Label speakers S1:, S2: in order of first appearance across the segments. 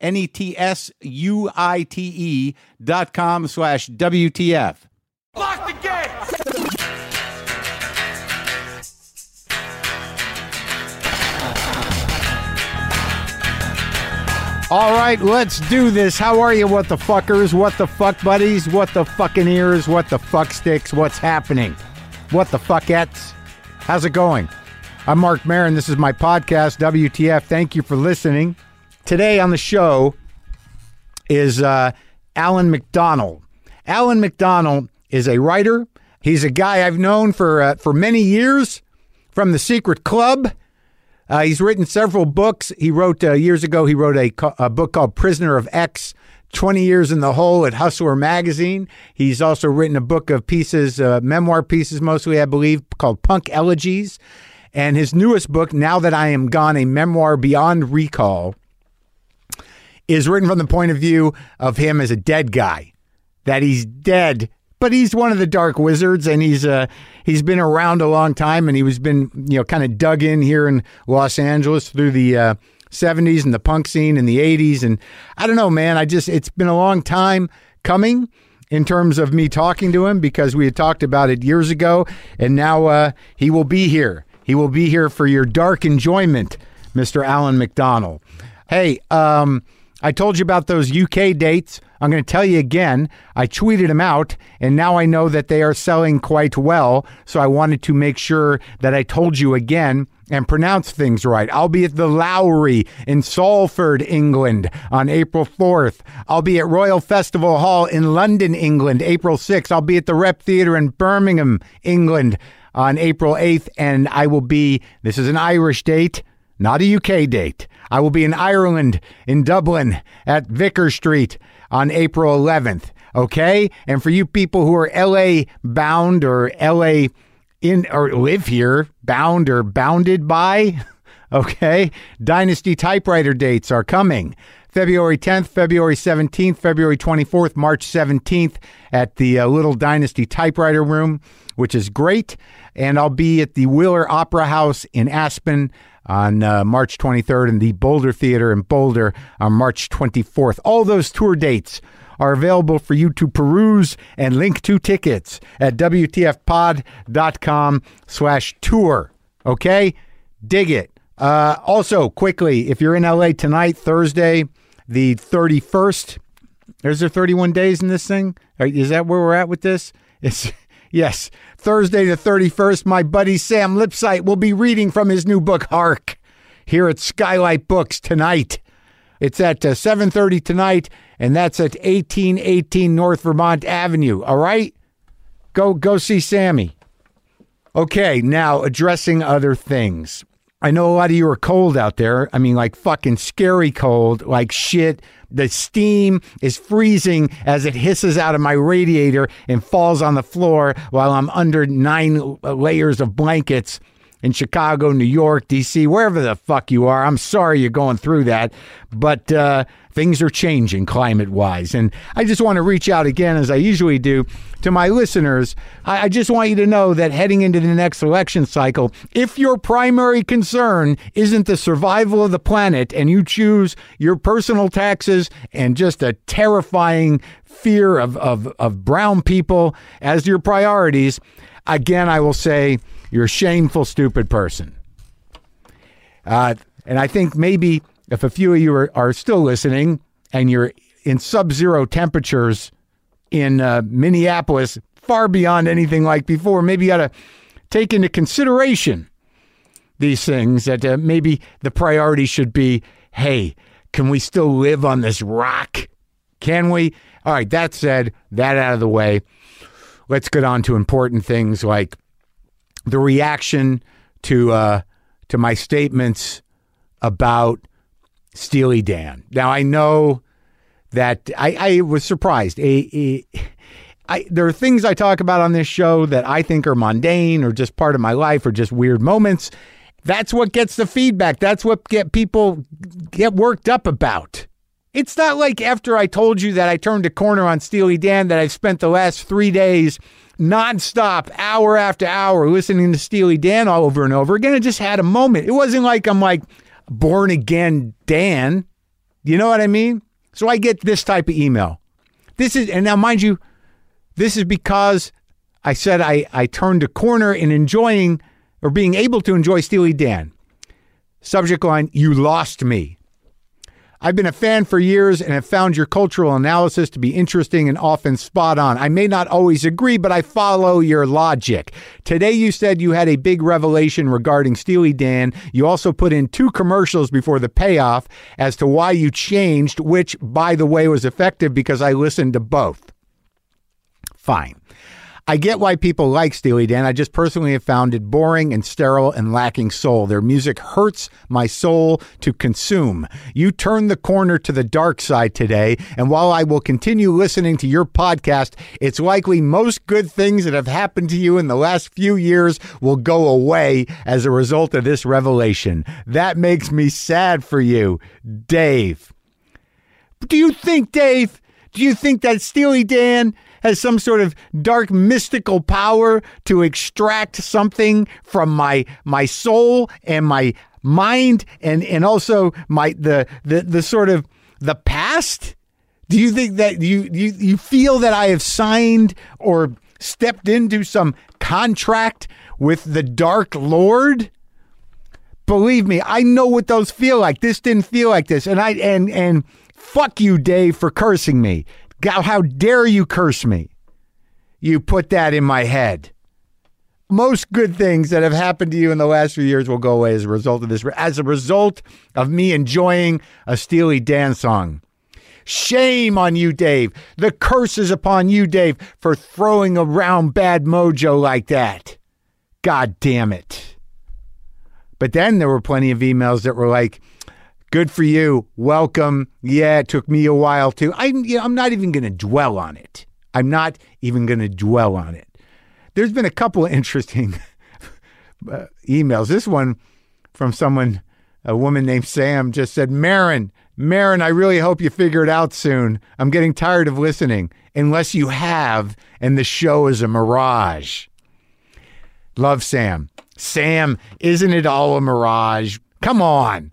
S1: N E T S U I T E dot com slash WTF.
S2: Lock the gate!
S1: All right, let's do this. How are you, what the fuckers? What the fuck buddies? What the fucking ears? What the fuck sticks? What's happening? What the fuckettes? How's it going? I'm Mark Marin. This is my podcast, WTF. Thank you for listening. Today on the show is uh, Alan McDonald. Alan McDonald is a writer. He's a guy I've known for uh, for many years from the Secret Club. Uh, he's written several books. He wrote uh, years ago. He wrote a, co- a book called Prisoner of X. 20 years in the hole at Hustler magazine. He's also written a book of pieces, uh, memoir pieces mostly, I believe, called Punk Elegies. And his newest book, Now That I Am Gone, a memoir beyond recall, is written from the point of view of him as a dead guy, that he's dead, but he's one of the dark wizards, and he's uh, he's been around a long time, and he was been you know kind of dug in here in Los Angeles through the uh, '70s and the punk scene and the '80s, and I don't know, man, I just it's been a long time coming in terms of me talking to him because we had talked about it years ago, and now uh, he will be here. He will be here for your dark enjoyment, Mr. Alan McDonald. Hey, um, I told you about those UK dates. I'm going to tell you again. I tweeted them out, and now I know that they are selling quite well. So I wanted to make sure that I told you again and pronounce things right. I'll be at the Lowry in Salford, England on April 4th. I'll be at Royal Festival Hall in London, England, April 6th. I'll be at the Rep Theatre in Birmingham, England on April 8th. And I will be, this is an Irish date not a UK date. I will be in Ireland, in Dublin, at Vicker Street on April 11th. Okay? And for you people who are LA bound or LA in or live here, bound or bounded by, okay? Dynasty typewriter dates are coming. February 10th, February 17th, February 24th, March 17th at the uh, Little Dynasty Typewriter Room, which is great. And I'll be at the Wheeler Opera House in Aspen on uh, March 23rd and the Boulder Theater in Boulder on March 24th. All those tour dates are available for you to peruse and link to tickets at WTFpod.com slash tour. Okay? Dig it. Uh, also, quickly, if you're in LA tonight, Thursday, the 31st, is there 31 days in this thing? Are- Is that where we're at with this? It's, yes. Thursday the 31st, my buddy Sam Lipsight will be reading from his new book, Hark, here at Skylight Books tonight. It's at uh, 7.30 tonight, and that's at 1818 North Vermont Avenue. All right? Go, go see Sammy. Okay, now addressing other things. I know a lot of you are cold out there. I mean, like fucking scary cold, like shit. The steam is freezing as it hisses out of my radiator and falls on the floor while I'm under nine layers of blankets in Chicago, New York, DC, wherever the fuck you are. I'm sorry you're going through that, but uh, things are changing climate wise. And I just want to reach out again, as I usually do, to my listeners. I, I just want you to know that heading into the next election cycle, if your primary concern isn't the survival of the planet and you choose your personal taxes and just a terrifying fear of, of, of brown people as your priorities, again, I will say you're a shameful, stupid person. Uh, and I think maybe if a few of you are, are still listening and you're in sub zero temperatures in uh, Minneapolis far beyond anything like before. Maybe you ought to take into consideration these things that uh, maybe the priority should be hey, can we still live on this rock? Can we? All right, that said, that out of the way, let's get on to important things like the reaction to uh, to my statements about Steely Dan. Now I know that I, I was surprised. A- a- I- there are things I talk about on this show that I think are mundane or just part of my life or just weird moments. That's what gets the feedback. That's what get people get worked up about. It's not like after I told you that I turned a corner on Steely Dan that I've spent the last three days nonstop, hour after hour, listening to Steely Dan all over and over again. I just had a moment. It wasn't like I'm like born again Dan. You know what I mean? So I get this type of email. This is, and now mind you, this is because I said I, I turned a corner in enjoying or being able to enjoy Steely Dan. Subject line, you lost me. I've been a fan for years and have found your cultural analysis to be interesting and often spot on. I may not always agree, but I follow your logic. Today, you said you had a big revelation regarding Steely Dan. You also put in two commercials before the payoff as to why you changed, which, by the way, was effective because I listened to both. Fine. I get why people like Steely Dan. I just personally have found it boring and sterile and lacking soul. Their music hurts my soul to consume. You turned the corner to the dark side today, and while I will continue listening to your podcast, it's likely most good things that have happened to you in the last few years will go away as a result of this revelation. That makes me sad for you, Dave. Do you think, Dave? Do you think that Steely Dan has some sort of dark mystical power to extract something from my my soul and my mind and and also my the the, the sort of the past? Do you think that you, you you feel that I have signed or stepped into some contract with the Dark Lord? believe me, I know what those feel like. This didn't feel like this, and I and and fuck you, Dave, for cursing me. God, how dare you curse me? You put that in my head. Most good things that have happened to you in the last few years will go away as a result of this. As a result of me enjoying a Steely Dan song. Shame on you, Dave. The curse is upon you, Dave, for throwing around bad mojo like that. God damn it. But then there were plenty of emails that were like, "Good for you, welcome." Yeah, it took me a while too. I'm, you know, I'm not even going to dwell on it. I'm not even going to dwell on it. There's been a couple of interesting uh, emails. This one from someone, a woman named Sam, just said, "Marin, Marin, I really hope you figure it out soon. I'm getting tired of listening, unless you have, and the show is a mirage." Love Sam. Sam, isn't it all a mirage? Come on.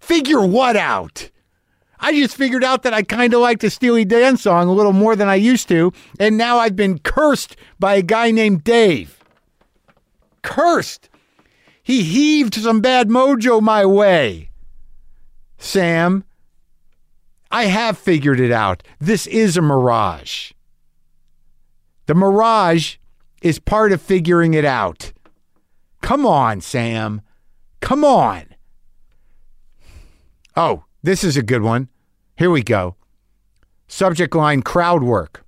S1: Figure what out? I just figured out that I kind of like the Steely Dan song a little more than I used to, and now I've been cursed by a guy named Dave. Cursed. He heaved some bad mojo my way. Sam, I have figured it out. This is a mirage. The mirage is part of figuring it out. Come on, Sam. Come on. Oh, this is a good one. Here we go. Subject line crowd work.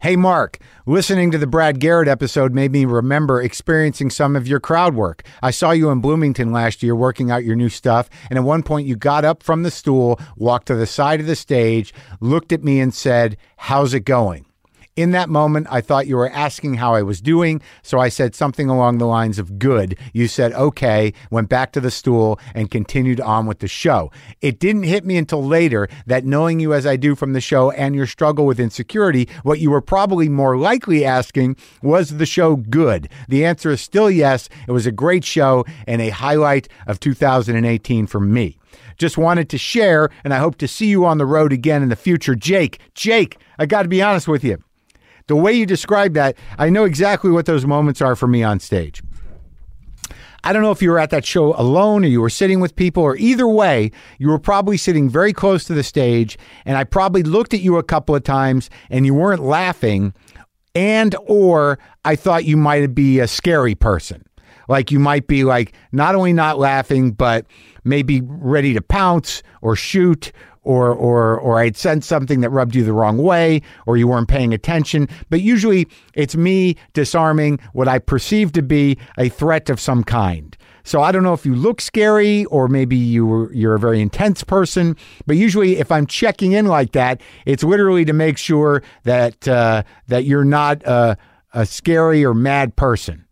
S1: Hey, Mark, listening to the Brad Garrett episode made me remember experiencing some of your crowd work. I saw you in Bloomington last year working out your new stuff, and at one point you got up from the stool, walked to the side of the stage, looked at me, and said, How's it going? In that moment, I thought you were asking how I was doing, so I said something along the lines of good. You said okay, went back to the stool, and continued on with the show. It didn't hit me until later that knowing you as I do from the show and your struggle with insecurity, what you were probably more likely asking was the show good? The answer is still yes. It was a great show and a highlight of 2018 for me. Just wanted to share, and I hope to see you on the road again in the future. Jake, Jake, I got to be honest with you. The way you describe that, I know exactly what those moments are for me on stage. I don't know if you were at that show alone or you were sitting with people or either way, you were probably sitting very close to the stage and I probably looked at you a couple of times and you weren't laughing and or I thought you might be a scary person. Like you might be like not only not laughing, but maybe ready to pounce or shoot or or or I'd sent something that rubbed you the wrong way or you weren't paying attention. But usually it's me disarming what I perceive to be a threat of some kind. So I don't know if you look scary or maybe you were, you're a very intense person, but usually if I'm checking in like that, it's literally to make sure that uh, that you're not a, a scary or mad person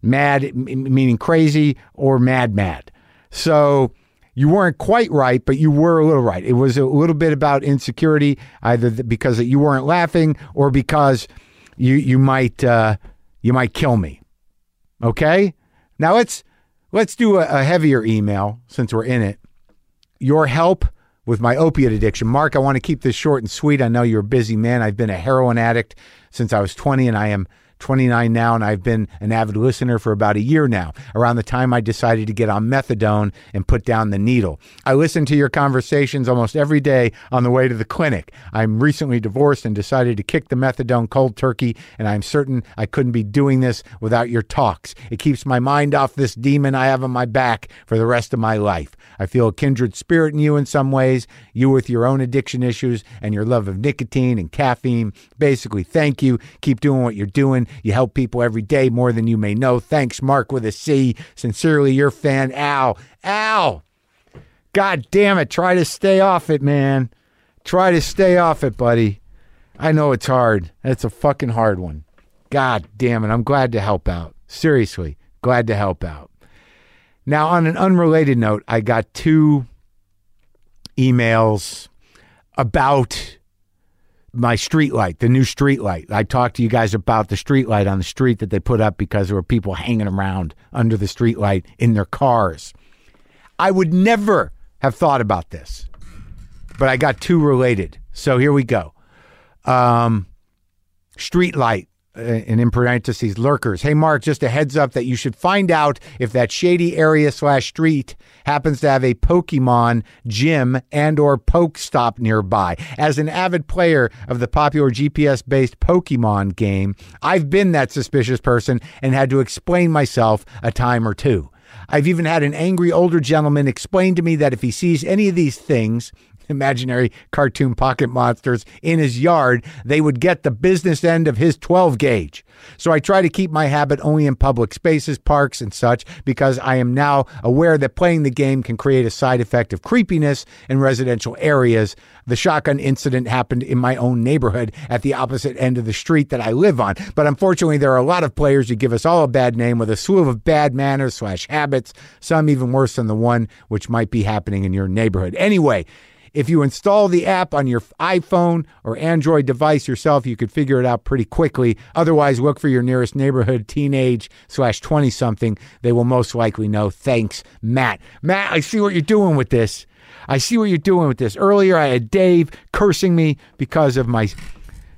S1: mad m- meaning crazy or mad mad so you weren't quite right but you were a little right it was a little bit about insecurity either th- because that you weren't laughing or because you you might uh, you might kill me okay now let's let's do a, a heavier email since we're in it your help with my opiate addiction. Mark, I want to keep this short and sweet. I know you're a busy man. I've been a heroin addict since I was 20 and I am 29 now, and I've been an avid listener for about a year now, around the time I decided to get on methadone and put down the needle. I listen to your conversations almost every day on the way to the clinic. I'm recently divorced and decided to kick the methadone cold turkey, and I'm certain I couldn't be doing this without your talks. It keeps my mind off this demon I have on my back for the rest of my life. I feel a kindred spirit in you in some ways, you with your own addiction issues and your love of nicotine and caffeine. Basically, thank you. Keep doing what you're doing. You help people every day more than you may know. Thanks, Mark with a C. Sincerely, your fan, Al. Al! God damn it. Try to stay off it, man. Try to stay off it, buddy. I know it's hard. That's a fucking hard one. God damn it. I'm glad to help out. Seriously, glad to help out. Now, on an unrelated note, I got two emails about my streetlight, the new streetlight. I talked to you guys about the streetlight on the street that they put up because there were people hanging around under the streetlight in their cars. I would never have thought about this, but I got two related. So here we go. Streetlight, uh, and in parentheses, lurkers. Hey, Mark, just a heads up that you should find out if that shady area slash street happens to have a Pokemon gym and or poke stop nearby. As an avid player of the popular GPS-based Pokemon game, I've been that suspicious person and had to explain myself a time or two. I've even had an angry older gentleman explain to me that if he sees any of these things, imaginary cartoon pocket monsters, in his yard, they would get the business end of his 12 gauge. So I try to keep my habit only in public spaces, parks, and such, because I am now aware that playing the game can create a side effect of creepiness in residential areas. The shotgun incident happened in my own neighborhood at the opposite end of the street that I live on. But unfortunately, there are a lot of players who give us all a bad name with a slew of bad manners slash habits, some even worse than the one which might be happening in your neighborhood. Anyway, if you install the app on your iPhone or Android device yourself, you could figure it out pretty quickly. Otherwise, look for your nearest neighborhood teenage slash 20 something. They will most likely know. Thanks, Matt. Matt, I see what you're doing with this. I see what you're doing with this. Earlier, I had Dave cursing me because of my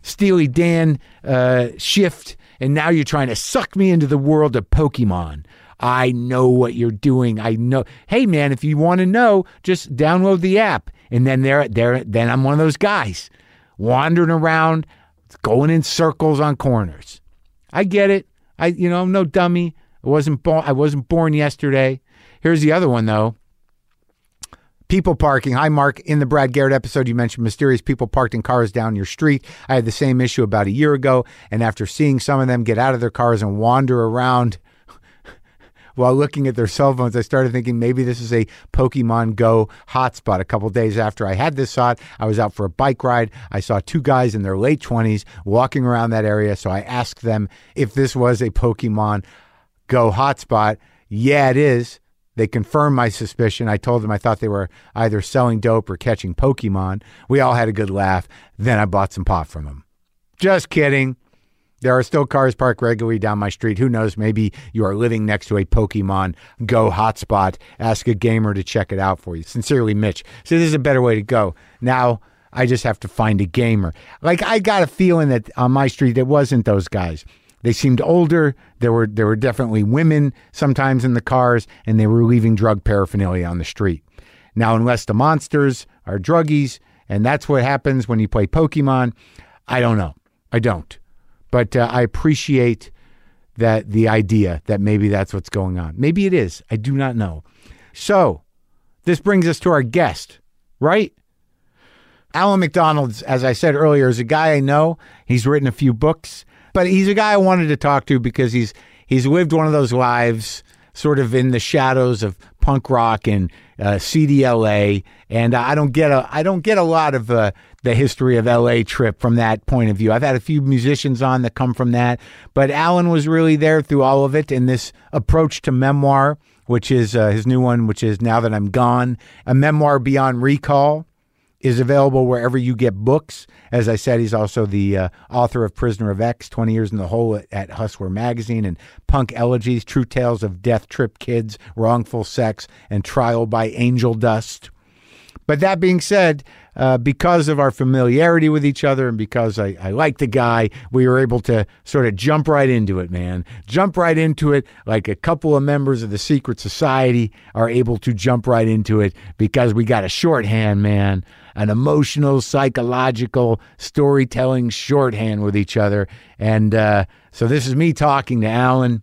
S1: Steely Dan uh, shift, and now you're trying to suck me into the world of Pokemon. I know what you're doing. I know. Hey, man, if you want to know, just download the app, and then there, there, then I'm one of those guys wandering around, going in circles on corners. I get it. I, you know, I'm no dummy. I wasn't born. I wasn't born yesterday. Here's the other one though. People parking. Hi, Mark. In the Brad Garrett episode, you mentioned mysterious people parked in cars down your street. I had the same issue about a year ago, and after seeing some of them get out of their cars and wander around while looking at their cell phones, I started thinking maybe this is a Pokemon Go hotspot. A couple days after I had this thought, I was out for a bike ride. I saw two guys in their late 20s walking around that area, so I asked them if this was a Pokemon Go hotspot. Yeah, it is. They confirmed my suspicion. I told them I thought they were either selling dope or catching Pokemon. We all had a good laugh. Then I bought some pot from them. Just kidding. There are still cars parked regularly down my street. Who knows? Maybe you are living next to a Pokemon Go hotspot. Ask a gamer to check it out for you. Sincerely, Mitch. So this is a better way to go. Now I just have to find a gamer. Like I got a feeling that on my street there wasn't those guys. They seemed older. There were there were definitely women sometimes in the cars, and they were leaving drug paraphernalia on the street. Now, unless the monsters are druggies, and that's what happens when you play Pokemon, I don't know. I don't. But uh, I appreciate that the idea that maybe that's what's going on. Maybe it is. I do not know. So, this brings us to our guest, right? Alan McDonald's, as I said earlier, is a guy I know. He's written a few books, but he's a guy I wanted to talk to because he's he's lived one of those lives sort of in the shadows of punk rock and uh, CDLA, and I don't get a I don't get a lot of uh, the history of LA trip from that point of view. I've had a few musicians on that come from that, but Alan was really there through all of it in this approach to memoir, which is uh, his new one, which is now that I'm gone, a memoir beyond recall is available wherever you get books. As I said, he's also the uh, author of Prisoner of X, 20 Years in the Hole at, at Hustler Magazine, and Punk Elegies, True Tales of Death Trip Kids, Wrongful Sex, and Trial by Angel Dust. But that being said, uh, because of our familiarity with each other and because I, I like the guy, we were able to sort of jump right into it, man. Jump right into it like a couple of members of the Secret Society are able to jump right into it because we got a shorthand, man, an emotional, psychological, storytelling shorthand with each other. And uh, so this is me talking to Alan.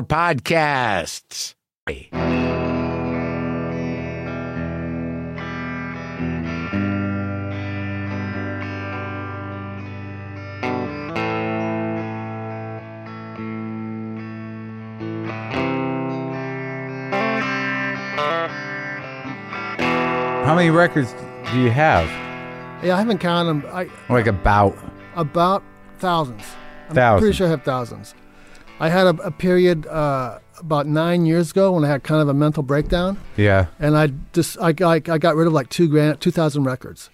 S1: podcasts. How many records do you have?
S3: Yeah, I haven't counted them. I
S1: Like about
S3: about thousands. I'm
S1: Thousands.
S3: pretty sure I have thousands. I had a, a period uh, about nine years ago when I had kind of a mental breakdown,
S1: yeah.
S3: and I just I, I, I got rid of like two grand, two thousand records.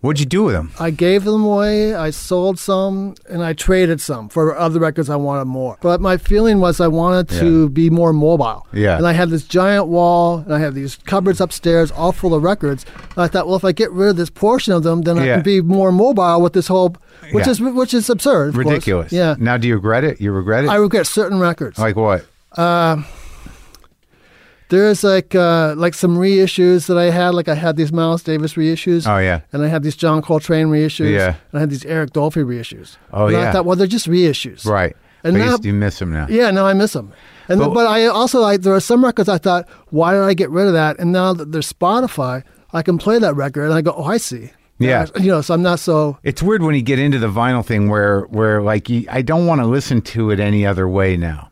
S1: What'd you do with them?
S3: I gave them away. I sold some, and I traded some for other records I wanted more. But my feeling was I wanted to be more mobile.
S1: Yeah.
S3: And I had this giant wall, and I had these cupboards upstairs, all full of records. And I thought, well, if I get rid of this portion of them, then I
S1: Yeah.
S3: can be more mobile with this whole, which
S1: Yeah.
S3: is which is absurd. of course.
S1: Ridiculous.
S3: Yeah.
S1: Now, do you regret it? You regret it?
S3: I regret certain records.
S1: like what?
S3: There's like uh, like some reissues that I had. Like I had these Miles Davis reissues.
S1: Oh, yeah.
S3: And I had these John Coltrane reissues.
S1: Yeah.
S3: And I had these Eric Dolphy reissues.
S1: Oh,
S3: and
S1: yeah.
S3: I thought, well, they're just reissues.
S1: Right.
S3: And
S1: but you,
S3: now-
S1: s- you miss them now.
S3: Yeah. No, I miss them. And
S1: But-
S3: but, I also I, there are some records I thought, why did I get rid of that? And now that there's Spotify, I can play that record, and I go, oh, I see.
S1: Yeah.
S3: And I- you know, so I'm not so.
S1: It's weird when you get into the vinyl thing where where like you, I don't want to listen to it any other way now.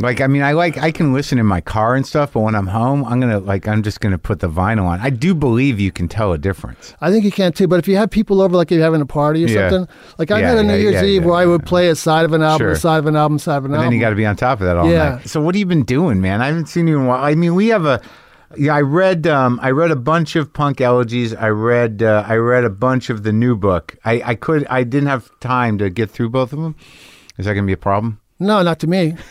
S1: Like I mean I like I can listen in my car and stuff, but when I'm home, I'm going to like I'm just going to put the vinyl on. I do believe you can tell a difference.
S3: I think you can too, but if you have people over, like if you're having a party or
S1: Yeah.
S3: something, like I
S1: Yeah,
S3: had a New
S1: yeah,
S3: Year's
S1: yeah,
S3: Eve
S1: yeah,
S3: where I
S1: yeah.
S3: would play a side of an album,
S1: Sure.
S3: a side of an album, side of an
S1: And
S3: album.
S1: then you got to be on top of that all
S3: Um, Yeah.
S1: night. So what have you been doing, man? I haven't seen you in a while. I mean, we have a. Yeah, I read. Um, I read a bunch of punk elegies. I read. Uh, I read a bunch of the new book. I, I could. I didn't have time to get through both of them. Is that going to be a problem?
S3: No, not to me.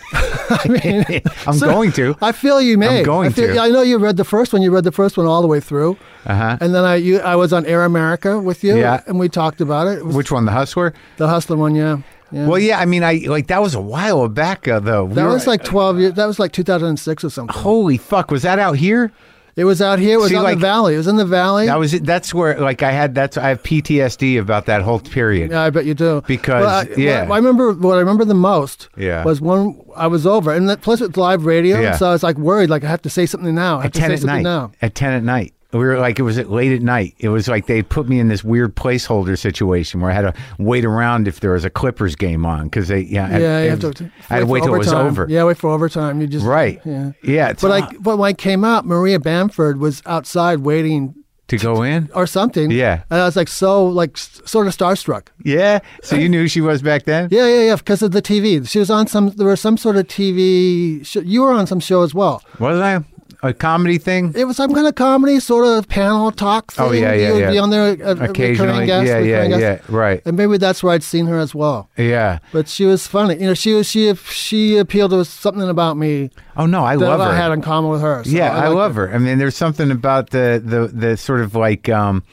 S3: I mean,
S1: I'm going to.
S3: I feel you, may.
S1: going
S3: I feel-
S1: to.
S3: I know you read the first one. You read the first one all the way through, uh-huh. and then I you, I was on Air America with you,
S1: Yeah.
S3: and we talked about it. It was
S1: Which one, the Hustler?
S3: the Hustler one, yeah. yeah.
S1: Well, yeah. I mean, I like that was a while back uh, though. We
S3: that
S1: were-
S3: was like twelve years. That was like 2006 or something.
S1: holy fuck. Was that out here?
S3: It was out here. It was
S1: See,
S3: out
S1: like-
S3: in the valley. It was in the valley.
S1: That was it. That's where, like, I had that's I have PTSD about that whole period.
S3: Yeah, I bet you do.
S1: Because,
S3: Well, I,
S1: yeah.
S3: what I remember what I remember the most.
S1: Yeah.
S3: was when I was over, and that, plus it's live radio,
S1: Yeah.
S3: so I was like worried, like I have to say something now. I have
S1: at
S3: to
S1: ten
S3: say
S1: at night.
S3: something now.
S1: At ten at night, we were like, it was at late at night. It was like they put me in this weird placeholder situation where I had to wait around if there was a Clippers game on because they, yeah, I-
S3: Yeah,
S1: I,
S3: you have to.
S1: I had to
S3: for
S1: wait till it was
S3: overtime.
S1: over.
S3: Yeah, wait for overtime. You just
S1: Right.
S3: Yeah,
S1: Yeah, it's
S3: But
S1: not-
S3: I but when I came out, Maria Bamford was outside waiting
S1: to go in.
S3: or something.
S1: Yeah.
S3: and I was like so like s- sort of starstruck.
S1: Yeah, so you knew who she was back then.
S3: Yeah, yeah, yeah. Because of the TV, she was on some. There was some sort of TV. Sh- you were on some show as well.
S1: Wasn't I a comedy thing?
S3: It was some kind of comedy sort of panel talk thing.
S1: Oh, yeah, yeah,
S3: you would
S1: yeah.
S3: Be on there uh,
S1: Occasionally.
S3: recurring guest,
S1: Yeah, yeah,
S3: recurring guest.
S1: yeah, right.
S3: And maybe that's where I'd seen her as well.
S1: Yeah.
S3: But she was funny. You know, she was she she appealed to something about me
S1: Oh no, I
S3: that
S1: love her.
S3: I had in common with her. So
S1: yeah, I,
S3: liked
S1: love her. I mean, there's something about the the the sort of like um,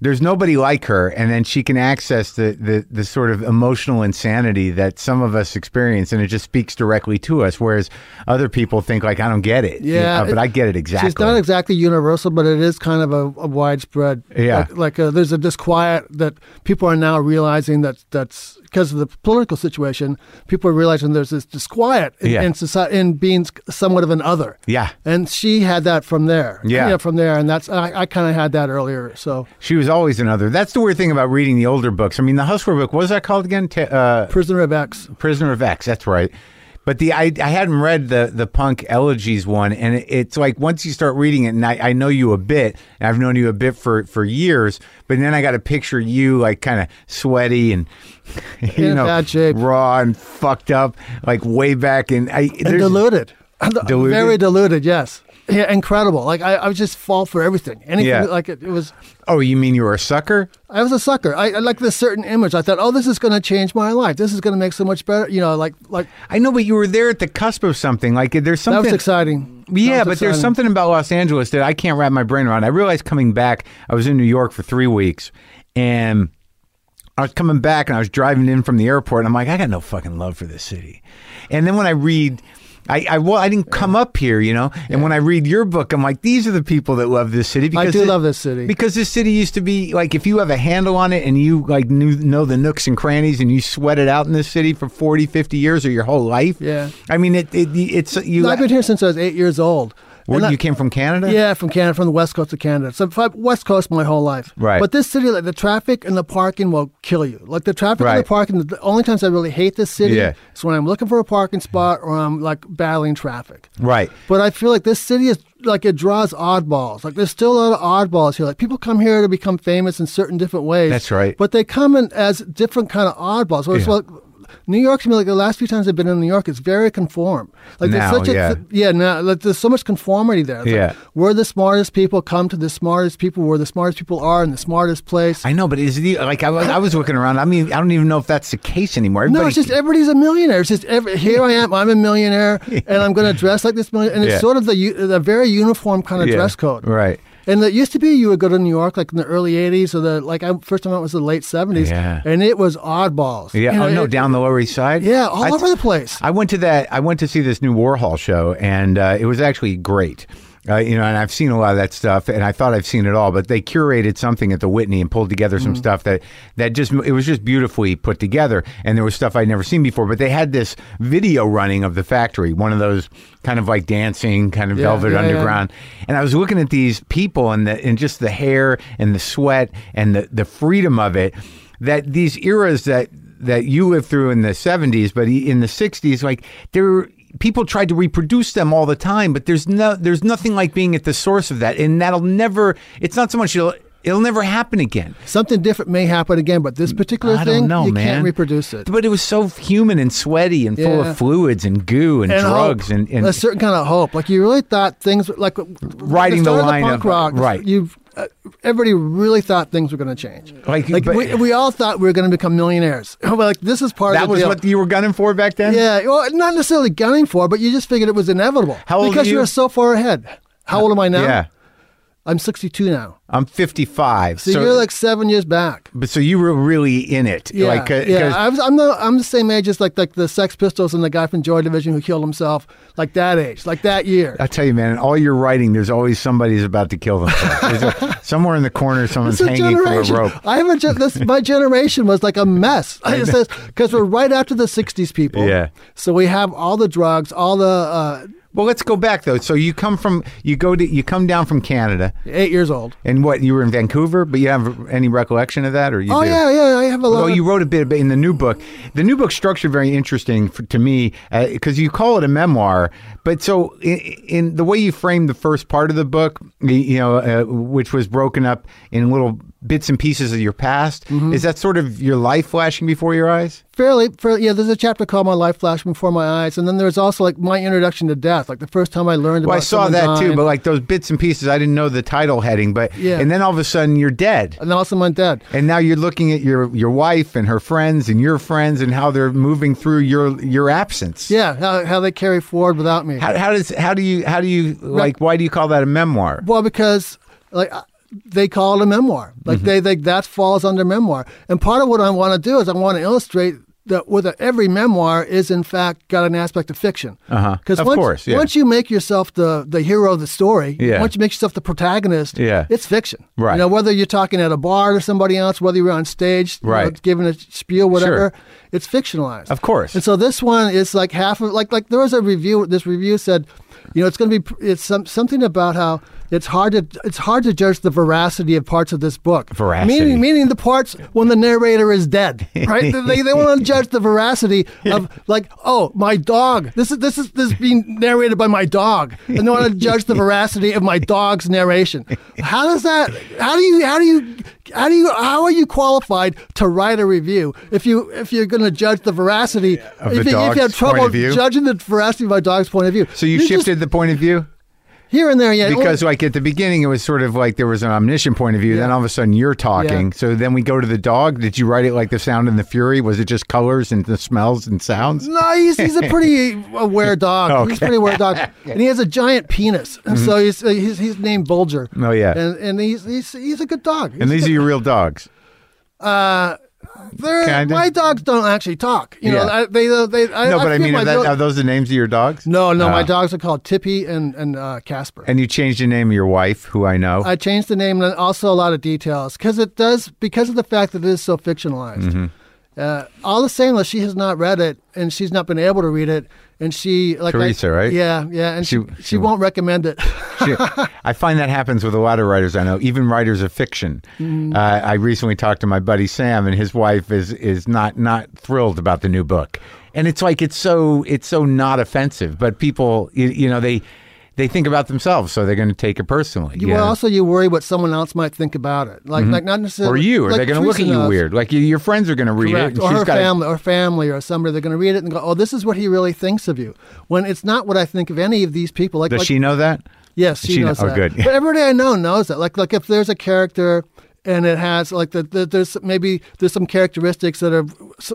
S1: there's nobody like her, and then she can access the the the sort of emotional insanity that some of us experience, and it just speaks directly to us. Whereas other people think like, I don't get it. you
S3: Yeah,
S1: know, but
S3: it-
S1: I get it exactly.
S3: She's not exactly universal, but it is kind of a, a widespread.
S1: Yeah.
S3: like, like uh there's a disquiet that people are now realizing that that's because of the political situation. People are realizing there's this disquiet in,
S1: Yeah.
S3: in society in being somewhat of an other.
S1: Yeah.
S3: and she had that from there.
S1: Yeah.
S3: You know, from there, and that's I, I kind of had that earlier. So
S1: she was always another. That's the weird thing about reading the older books. I mean, the Hustler book, what was that called again? Ta- uh,
S3: prisoner of X.
S1: Prisoner of X. That's right. But the I, I hadn't read the the punk elegies one, and it, it's like once you start reading it, and I, I know you a bit, and I've known you a bit for for years, but then I got to picture you like kind of sweaty and you
S3: In
S1: know
S3: bad shape.
S1: raw and fucked up, like way back in I
S3: and
S1: there's-
S3: diluted.
S1: Diluted?
S3: Very diluted, yes. Yeah, incredible. Like I, I would just fall for everything. Anything
S1: Yeah.
S3: like it, it was
S1: Oh, you mean you were a sucker?
S3: I was a sucker. I, I like this certain image. I thought, oh, this is going to change my life. This is going to make so much better. You know, like like
S1: I know, but you were there at the cusp of something. Like there's
S3: that
S1: something
S3: was exciting. That
S1: Yeah,
S3: was
S1: but there's
S3: exciting.
S1: something about Los Angeles that I can't wrap my brain around. I realized coming back, I was in New York for three weeks, and I was coming back and I was driving in from the airport, and I'm like, I got no fucking love for this city. And then when I read, I, I well, I didn't come up here, you know. And when I read your book, I'm like, these are the people that love this city.
S3: do
S1: it-
S3: love this city.
S1: because this city used to be like, if you have a handle on it and you like knew, know the nooks and crannies, and you sweat it out in this city for 40, 50 years or your whole life.
S3: Yeah.
S1: I mean, it, it it's you.
S3: I've been here since I was eight years old.
S1: Where-
S3: And I-
S1: you came from Canada?
S3: Yeah, from Canada, from the west coast of Canada. So if I- west coast my whole life.
S1: Right.
S3: But this city, like the traffic and the parking will kill you. Like the traffic and
S1: Right.
S3: the parking. The only times I really hate this city
S1: Yeah.
S3: is when I'm looking for a parking spot or I'm like battling traffic.
S1: Right.
S3: But I feel like this city is like it draws oddballs. Like there's still a lot of oddballs here. Like people come here to become famous in certain different ways.
S1: That's right.
S3: But they come in as different kind of oddballs. Whereas
S1: Yeah.
S3: like New York to me, like the last few times I've been in New York, it's very conform. Like
S1: Now,
S3: there's such a
S1: yeah.
S3: yeah, now like, there's so much conformity there. It's like,
S1: Yeah.
S3: we're the smartest people, come to the smartest people where the smartest people are in the smartest place.
S1: I know, but is the like I, was- I was looking around. I mean, I don't even know if that's the case anymore.
S3: No,
S1: Everybody-
S3: it's just everybody's a millionaire. It's just every, here I am. I'm a millionaire, and I'm going to dress like this millionaire. And it's
S1: Yeah.
S3: sort of the u- the very uniform kind of
S1: Yeah,
S3: dress code,
S1: right.
S3: And it used to be you would go to New York like in the early '80s or the like. I first time out was the late '70s,
S1: Yeah.
S3: and it was oddballs.
S1: yeah.
S3: You know,
S1: oh no,
S3: it-
S1: down the Lower East Side.
S3: Yeah, all
S1: I-
S3: over the place.
S1: I went to that. I went to see this new Warhol show, and uh, it was actually great. Uh, you know, and I've seen a lot of that stuff, and I thought I've seen it all. But they curated something at the Whitney and pulled together
S3: Mm.
S1: some stuff that that just it was just beautifully put together, and there was stuff I'd never seen before. But they had this video running of the factory, one of those kind of like dancing, kind of
S3: Yeah,
S1: Velvet
S3: yeah, yeah.
S1: Underground, and I was looking at these people and the and just the hair and the sweat and the the freedom of it. That these eras that that you lived through in the 70s, but e- in the 60s, like there were people tried to reproduce them all the time, but there's no there's nothing like being at the source of that, and that'll never. It's not so much it'll it'll never happen again.
S3: Something different may happen again, but this particular
S1: Mm, I
S3: thing
S1: don't know,
S3: you
S1: man.
S3: can't reproduce it.
S1: But it was so human and sweaty and full
S3: Yeah.
S1: of fluids and goo and,
S3: And
S1: drugs
S3: hope.
S1: and, and
S3: a certain kind of hope. Like you really thought things were- like
S1: Riding the
S3: start
S1: line
S3: of the punk
S1: of-
S3: rock.
S1: right.
S3: You uh, everybody really thought things were going to change.
S1: Like,
S3: like
S1: but-
S3: we, we all thought we were going to become millionaires. We're like this is part
S1: that
S3: of the
S1: was
S3: deal.
S1: what you were gunning for back then.
S3: yeah, well, not necessarily gunning for, but you just figured it was inevitable
S1: How old
S3: because
S1: are you?
S3: were so far ahead. How old am I now?
S1: yeah.
S3: I'm 62 now.
S1: I'm 55.
S3: So, you're like seven years back.
S1: but so you were really in it.
S3: Yeah,
S1: like, uh, 'cause-
S3: yeah. I was, I'm the I'm the same age as like like the Sex Pistols and the guy from Joy Division who killed himself, like that age, like that year.
S1: I tell you, man, in all your writing, there's always somebody's about to kill themselves. There's a- somewhere in the corner, someone's
S3: It's a
S1: hanging from a
S3: generation.
S1: rope.
S3: I have a gen- this, my generation was like a mess. I just says because we're right after the '60s people.
S1: Yeah.
S3: So we have all the drugs, all the uh,
S1: Well, let's go back though. So you come from, you go to, you come down from Canada,
S3: eight years old.
S1: and what you were in Vancouver, but you have any recollection of that, or you?
S3: Oh
S1: do?
S3: yeah, yeah. I have a lot.
S1: Well,
S3: of,
S1: you wrote a bit about in the new book. The new book's structured very interesting for, to me because you call it a memoir, but so in, in the way you framed the first part of the book, y- you know, uh, which was broken up in little bits and pieces of your past, is that sort of your life flashing before your eyes?
S3: fairly fair yeah there's a chapter called my life flashing before my eyes and then there's also like my introduction to death like the first time i learned
S1: Well,
S3: about
S1: I saw
S3: someone
S1: that too,
S3: dying,
S1: but like those bits and pieces, I didn't know the title heading, but
S3: Yeah.
S1: and then all of a sudden you're dead.
S3: and also my dad
S1: And now you're looking at your, your wife and her friends and your friends and how they're moving through your your absence.
S3: yeah how, how they carry forward without me
S1: How, how does how do you how do you like why do you call that a memoir?
S3: well because like I- they call it a memoir like
S1: Mm-hmm.
S3: they, they that falls under memoir and part of what i want to do is i want to illustrate that whether every memoir is in fact got an aspect of fiction
S1: Uh-huh.
S3: because
S1: Of
S3: once,
S1: course, yeah.
S3: once you make yourself the the hero of the story
S1: Yeah.
S3: once you make yourself the protagonist
S1: Yeah.
S3: it's fiction
S1: Right.
S3: you know whether you're talking at a bar to somebody else whether you're on stage you know,
S1: Right.
S3: giving a spiel whatever
S1: Sure.
S3: it's fictionalized
S1: Of course.
S3: and so this one is like half of like like there was a review. This review said, you know, it's going to be it's some something about how it's hard to it's hard to judge the veracity of parts of this book.
S1: Veracity.
S3: meaning meaning the parts when the narrator is dead, right? they they, want to judge the veracity of like, oh, my dog. This is this is this is being narrated by my dog, and they want to judge the veracity of my dog's narration. How does that? How do you? How do you? How do you? How are you qualified to write a review if you if you're going to judge the veracity
S1: Of
S3: if,
S1: the
S3: you, if you have
S1: dog's point
S3: trouble
S1: of view?
S3: judging the veracity of my dog's point of view?
S1: so you,
S3: You're just
S1: shifted the point of view
S3: here and there, yeah.
S1: because like at the beginning it was sort of like there was an omniscient point of view. Then all of a sudden you're talking. So then we go to the dog. Did you write it like the Sound and the Fury? Was it just colors and the smells and sounds?
S3: No, he's, he's a pretty aware dog. He's a pretty aware dog, and he has a giant penis. And so he's, uh, he's he's named Bulger.
S1: Mm-hmm. Oh, yeah.
S3: and, and he's, he's he's a good dog.
S1: And
S3: He's
S1: these are your real dogs.
S3: a- they're-
S1: kinda.
S3: my dogs don't actually talk. You know,
S1: Yeah.
S3: I, they uh, they. I,
S1: No,
S3: I
S1: but I
S3: feel
S1: mean,
S3: my
S1: are, that,
S3: dog-
S1: are those the names of your dogs?
S3: no, no, my
S1: Ah.
S3: dogs are called Tippy and and uh, Casper.
S1: And you changed the name of your wife, who I know.
S3: I changed the name and also a lot of details because it does because of the fact that it is so fictionalized.
S1: Mm-hmm.
S3: Uh, all the same, though, she has not read it and she's not been able to read it, and she like I-
S1: Teresa, right?
S3: Yeah, yeah, and she
S1: She-
S3: she,
S1: she-
S3: won't recommend it.
S1: Shit. I find that happens with a lot of writers I know, even writers of fiction.
S3: Mm.
S1: Uh, I recently talked to my buddy Sam, and his wife is is not not thrilled about the new book. And it's like it's so it's so not offensive, but people, you, you know, they they think about themselves, so they're going to take it personally.
S3: You,
S1: you
S3: Well,
S1: know?
S3: also you worry what someone else might think about it, like like
S1: Mm-hmm.
S3: not
S1: or
S3: necessarily
S1: you, are
S3: like
S1: they going to look at
S3: Teresa
S1: you
S3: knows.
S1: weird? Like y- your friends are going to read
S3: Correct.
S1: it, and
S3: Or
S1: she's
S3: her
S1: gotta-
S3: family, or family, or somebody. They're going to read it and go, "Oh, this is what he really thinks of you." When it's not what I think of any of these people. Like,
S1: Does
S3: like
S1: she know that?
S3: Yes, she,
S1: She kn-
S3: knows
S1: oh,
S3: that.
S1: good.
S3: But everybody I know knows that. Like, like if there's a character and it has like the, the there's maybe there's some characteristics that are s-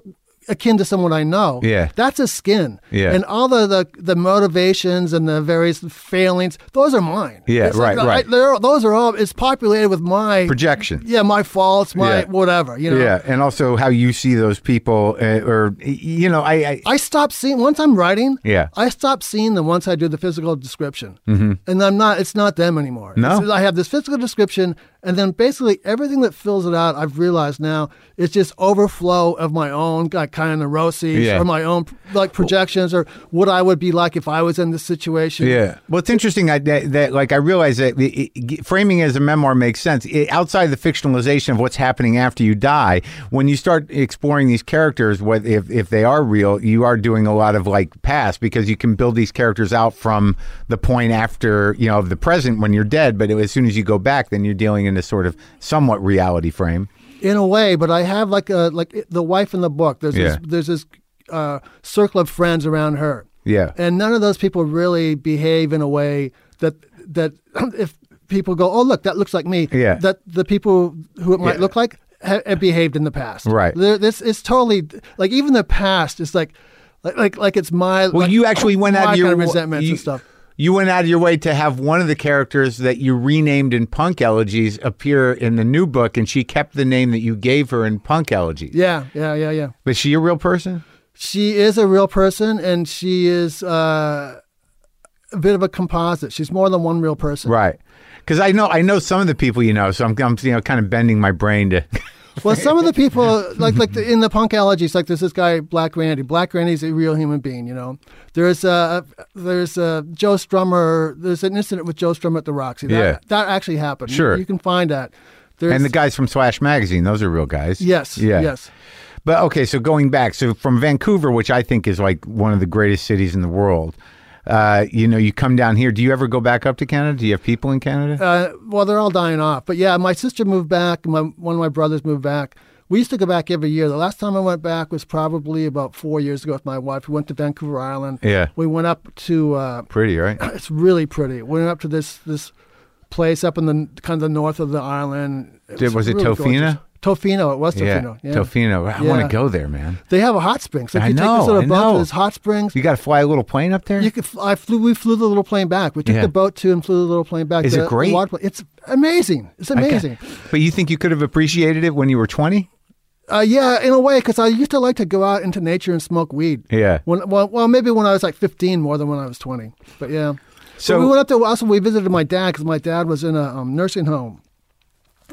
S3: akin to someone I know.
S1: Yeah.
S3: that's a skin.
S1: Yeah.
S3: and all the, the the motivations and the various failings, those are mine.
S1: Yeah,
S3: It's like,
S1: right, right.
S3: I- they're- those are all. It's populated with my
S1: Projection.
S3: Yeah, my faults, my
S1: Yeah.
S3: whatever. You know.
S1: Yeah, and also how you see those people, uh, or y- you know, I, I
S3: I stop seeing once I'm writing.
S1: Yeah.
S3: I stop seeing them once I do the physical description, mm-hmm. and I'm not. It's not them anymore.
S1: No.
S3: It's- I have this physical description, and then basically everything that fills it out, I've realized now, is just overflow of my own like, kind of neuroses
S1: Yeah.
S3: or my own like projections or what I would be like if I was in this situation.
S1: Yeah. Well, it's interesting I, that, that like I realize that it, it, framing as a memoir makes sense it, outside the fictionalization of what's happening after you die. When you start exploring these characters, what if if they are real, you are doing a lot of like past because you can build these characters out from the point after you know of the present when you're dead. But as soon as you go back, then you're dealing in a sort of somewhat reality frame.
S3: in a way, but I have like a like it- the wife in the book. There's
S1: Yeah.
S3: this, there's this uh, circle of friends around her.
S1: Yeah.
S3: and none of those people really behave in a way that that if people go, oh look, that looks like me.
S1: Yeah.
S3: that the people who it might
S1: Yeah.
S3: look like ha- have behaved in the past.
S1: Right.
S3: There- this is totally like even the past is like like like, like it's my
S1: Well,
S3: like,
S1: you actually went
S3: my
S1: out of your
S3: kind of resentments
S1: you-
S3: and stuff.
S1: you went out of your way to have one of the characters that you renamed in Punk Elegies appear in the new book, and she kept the name that you gave her in Punk Elegies.
S3: Yeah, yeah, yeah, yeah.
S1: But she a real person?
S3: She is a real person, and she is uh, a bit of a composite. She's more than one real person.
S1: Right. Because I know I know some of the people you know, so I'm, I'm you know kind of bending my brain to.
S3: Well, some of the people, like like the, in the punk allergies, like there's this guy Black Randy. Black Randy's a real human being, you know. There's a there's a Joe Strummer. There's an incident with Joe Strummer at the Roxy. That,
S1: Yeah.
S3: that actually happened. You-
S1: Sure.
S3: you, can find that. There's,
S1: and the guys from Slash Magazine, those are real guys.
S3: yes,
S1: Yeah.
S3: yes,
S1: But okay, so going back, so from Vancouver, which I think is like one of the greatest cities in the world, uh, you know, you come down here. Do you ever go back up to Canada? Do you have people in Canada?
S3: uh, well, they're all dying off. But yeah, my sister moved back. My one of my brothers moved back. We used to go back every year. The last time I went back was probably about four years ago with my wife. We went to Vancouver Island.
S1: Yeah.
S3: we went up to uh,
S1: Pretty, right?
S3: it's really pretty. We went up to this this place up in the kind of the north of the island. It
S1: Did- was it Tofina?
S3: gorgeous. Tofino. It was
S1: Yeah.
S3: Tofino. Yeah.
S1: Tofino. I want to
S3: Yeah.
S1: go there, man.
S3: They have a hot springs. Like
S1: I
S3: you
S1: know,
S3: take this little
S1: I
S3: boat
S1: know.
S3: to this hot springs.
S1: You got to fly a little plane up there?
S3: You could. fl- I flew. We flew the little plane back. We took
S1: Yeah.
S3: the boat to and flew the little plane back.
S1: Is
S3: The-
S1: it great?
S3: the water plane- It's amazing. It's
S1: I got-
S3: amazing.
S1: But you think you could have appreciated it when you were 20?
S3: Uh, yeah, in a way, because I used to like to go out into nature and smoke weed.
S1: Yeah.
S3: When, well, well, maybe when I was like 15 more than when I was 20. But yeah.
S1: So-
S3: So we went up to also we visited my dad because my dad was in a um, nursing home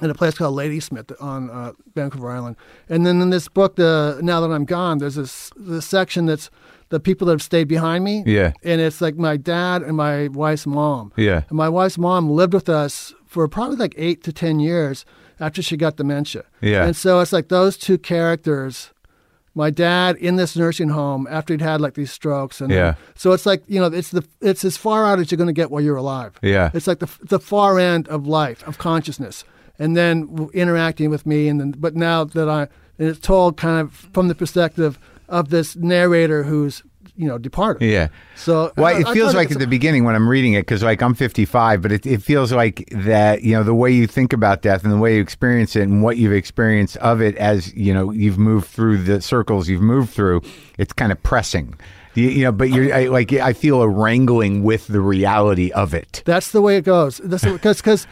S3: in a place called Ladysmith on uh, Vancouver Island. And then in this book, the now that I'm gone, there's this this section that's the people that have stayed behind me.
S1: Yeah.
S3: And it's like my dad and my wife's mom.
S1: Yeah.
S3: And my wife's mom lived with us for probably like eight to ten years after she got dementia.
S1: Yeah.
S3: And so it's like those two characters. My dad in this nursing home after he'd had like these strokes, and
S1: Yeah.
S3: so it's like you know it's the it's as far out as you're going to get while you're alive.
S1: Yeah.
S3: it's like the the far end of life of consciousness, and then w- interacting with me, and then but now that I and it's told kind of from the perspective of this narrator who's you know departed.
S1: Yeah.
S3: So
S1: Well,
S3: I-
S1: it
S3: I
S1: feels
S3: thought
S1: like
S3: it's-
S1: at the beginning when I'm reading it, because like I'm 55, but it, it feels like that, you know, the way you think about death and the way you experience it and what you've experienced of it as, you know, you've moved through the circles you've moved through, it's kind of pressing. You, you know, but you're I, like, I feel a wrangling with the reality of it.
S3: That's the way it goes. That's because because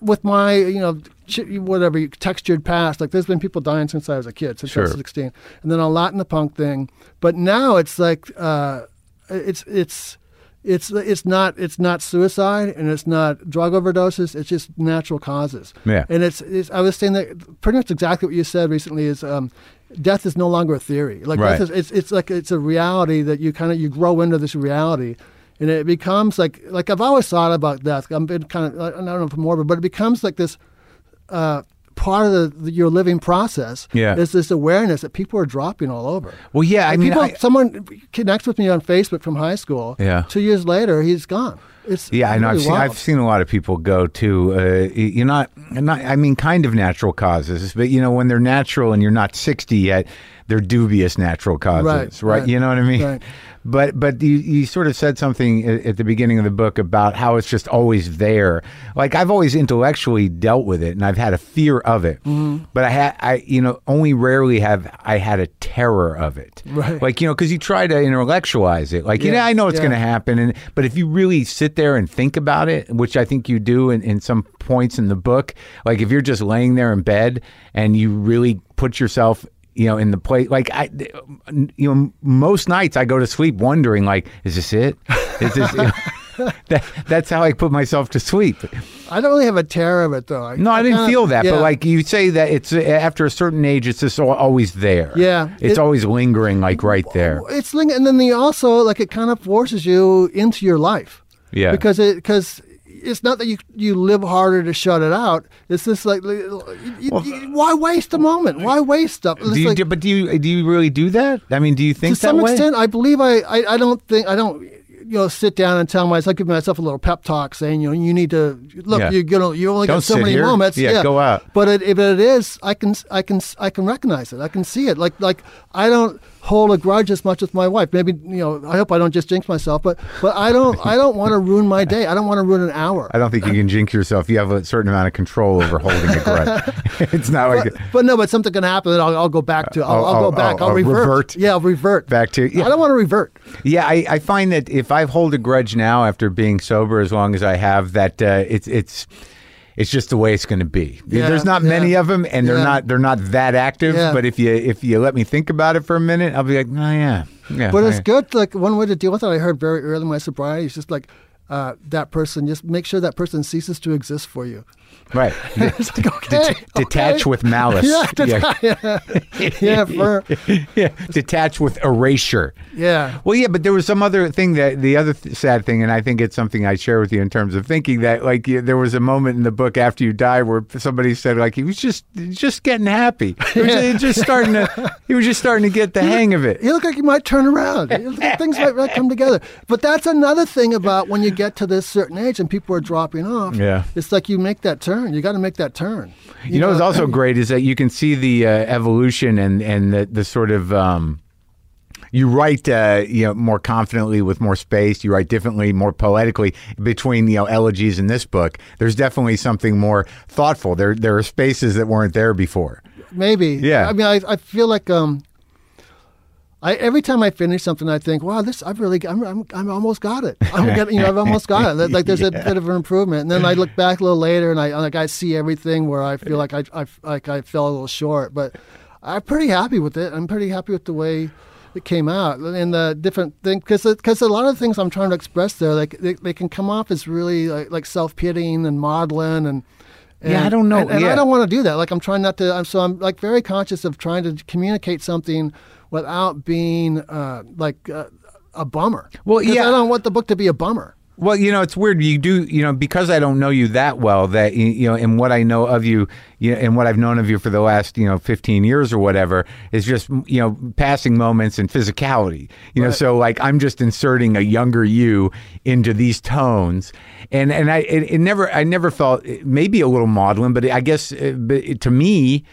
S3: with my you know ch- whatever textured past, like there's been people dying since I was a kid, since I was
S1: Sure.
S3: 16, and then a lot in the punk thing. But now it's like uh, it's it's. It's it's not it's not suicide and it's not drug overdoses. It's just natural causes.
S1: Yeah.
S3: And it's, it's I was saying that pretty much exactly what you said recently is um, death is no longer a theory. Like
S1: Right.
S3: death is, it's it's like it's a reality that you kind of you grow into this reality, and it becomes like like I've always thought about death. I'm been kind of I don't know if I'm morbid, but it becomes like this. Uh, Part of the, the- your living process
S1: Yeah.
S3: is this awareness that people are dropping all over.
S1: Well, yeah, I
S3: Like,
S1: mean,
S3: people,
S1: I-
S3: someone connects with me on Facebook from high school.
S1: Yeah.
S3: Two years later, he's gone. It's
S1: Yeah, I know. I've
S3: really
S1: seen,
S3: wild.
S1: I've seen a lot of people go to, uh, you're not, not, I mean, kind of natural causes, but you know, when they're natural and you're not 60 yet, they're dubious natural causes, right?
S3: Right, right,
S1: You know what I mean?
S3: right.
S1: But, but you, you sort of said something a- at the beginning of the book about how it's just always there. Like I've always intellectually dealt with it and I've had a fear of it,
S3: Mm-hmm.
S1: but I had, I, you know, only rarely have I had a terror of it.
S3: Right.
S1: Like, you know, cause you try to intellectualize it. Like, you know,
S3: Yeah,
S1: I know it's
S3: yeah.
S1: going to happen happen. And but if you really sit there and think about it, which I think you do in, in some points in the book, like if you're just laying there in bed and you really put yourself, you know, in the place, like I, you know, most nights I go to sleep wondering, like, is this it? Is this? that, that's how I put myself to sleep.
S3: I don't really have a terror of it though. I,
S1: No, I didn't
S3: kinda-
S1: feel that,
S3: Uh, yeah.
S1: but like you say that it's uh, after a certain age, it's just al- always there.
S3: Yeah.
S1: it's
S3: It-
S1: always lingering, like right there.
S3: it's linked, and then the also like it kind of forces you into your life.
S1: Yeah.
S3: because it because it's not that you you live harder to shut it out. It's just like li- you- you- you- why waste a moment? Why waste stuff? It's
S1: Do you,
S3: like,
S1: do- but do you do you really do that? I mean, do you think
S3: to some
S1: that way?
S3: extent, I believe I, I I don't think I don't you know sit down and tell myself give myself a little pep talk saying you know you need to look
S1: Yeah.
S3: you you know you only
S1: Don't
S3: got so
S1: sit
S3: many
S1: here.
S3: moments
S1: Yeah, go out.
S3: but it, if it is I can I can I can recognize it I can see it like like I don't hold a grudge as much with my wife. Maybe you know, I hope I don't just jinx myself, but but I don't I don't want to ruin my day. I don't want to ruin an hour.
S1: I don't think you can jinx yourself. You have a certain amount of control over holding a grudge. it's not like
S3: But no, but something can happen, and I'll, I'll go back to.
S1: Oh,
S3: I'll, I'll,
S1: oh,
S3: go back.
S1: oh,
S3: I'll
S1: oh,
S3: revert.
S1: revert.
S3: Yeah, I'll revert
S1: back to yeah.
S3: I don't want to revert.
S1: Yeah, I, I find that if I hold a grudge now after being sober as long as I have, that uh, it's it's it's just the way it's going to be.
S3: Yeah,
S1: There's not
S3: yeah.
S1: many of them, and they're
S3: Yeah.
S1: not they're not that active.
S3: Yeah.
S1: But if you if you let me think about it for a minute, I'll be like, oh yeah, yeah.
S3: But
S1: oh,
S3: it's
S1: yeah."
S3: good. Like one way to deal with it, I heard very early in my sobriety is just like uh, that person. Just make sure that person ceases to exist for you.
S1: right?
S3: it's like okay,
S1: detach
S3: okay.
S1: with malice.
S3: Yeah,
S1: yeah,
S3: yeah, for,
S1: yeah. detach with erasure.
S3: yeah.
S1: Well, yeah, but there was some other thing that the other th- sad thing, and I think it's something I share with you in terms of thinking that, like, you, there was a moment in the book after you die where somebody said, like, he was just just getting happy, he was he was just starting to, he was just starting to get the hang of it.
S3: You look like you might turn around. You look like Things might, might come together. But that's another thing about when you get to this certain age and people are dropping off.
S1: Yeah.
S3: It's like you make that turn. You got to make that turn.
S1: You know, what's also great is that you can see the uh, evolution and and the, the sort of um, you write uh, you know more confidently with more space. You write differently, more poetically between you know elegies in this book. There's definitely something more thoughtful. There there are spaces that weren't there before.
S3: Maybe.
S1: Yeah.
S3: I mean, I, I feel like um, I every time I finish something, I think, wow, this I've really, I'm, I'm, I'm almost got it. I'm getting, you know, I've almost got it. Like there's a bit of an improvement, and then I look back a little later, and I like I see everything where I feel like I, I like I fell a little short, but I'm pretty happy with it. I'm pretty happy with the way. It came out and the different thing because because a lot of things I'm trying to express there like they, they can come off as really like, like self pitying and maudlin and, and
S1: Yeah, I don't know.
S3: and, and
S1: Yeah.
S3: I don't want to do that. Like I'm trying not to. I'm so I'm like very conscious of trying to communicate something without being uh, like uh, a bummer.
S1: Well,
S3: 'Cause
S1: yeah.
S3: I don't want the book to be a bummer.
S1: Well, you know, it's weird. You do, you know, because I don't know you that well. That you- you know, and what I know of you, you know, and what I've known of you for the last, you know, fifteen years or whatever, is just you know, passing moments and physicality. You know, so like I'm just inserting a younger you into these tones, and and I it, it never I never felt eh, maybe a little maudlin, but I guess uh, but to me,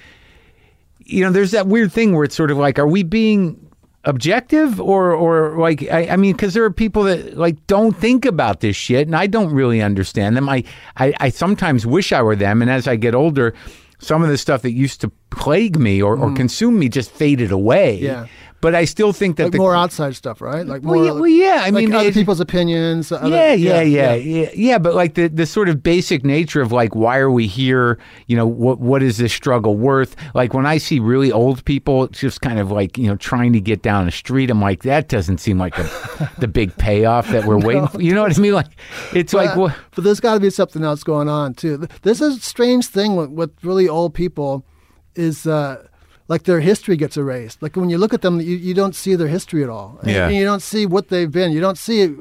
S1: you know, there's that weird thing where it's sort of like, are we being objective or or like I, I mean, because there are people that like don't think about this shit, and I don't really understand them. I, I I sometimes wish I were them, and as I get older, some of the stuff that used to plague me or, or consume me just faded away.
S3: Mm. Yeah.
S1: But I still think that
S3: Like
S1: the
S3: more outside stuff, right? Like more.
S1: well, yeah, well, yeah, I
S3: like
S1: mean,
S3: other
S1: it-
S3: people's opinions. Other,
S1: yeah, yeah, yeah, yeah, yeah, But like the, the sort of basic nature of like, why are we here? You know, what what is this struggle worth? Like when I see really old people just kind of like you know trying to get down the street, I'm like, that doesn't seem like a, the big payoff that we're waiting for. You know what I mean? Like it's like
S3: but,
S1: what.
S3: but there's got to be something else going on too. Th- There's a strange thing with, with really old people, is uh, like their history gets erased. Like when you look at them, you, you don't see their history at all. And-
S1: Yeah.
S3: and you don't see what they've been. You don't see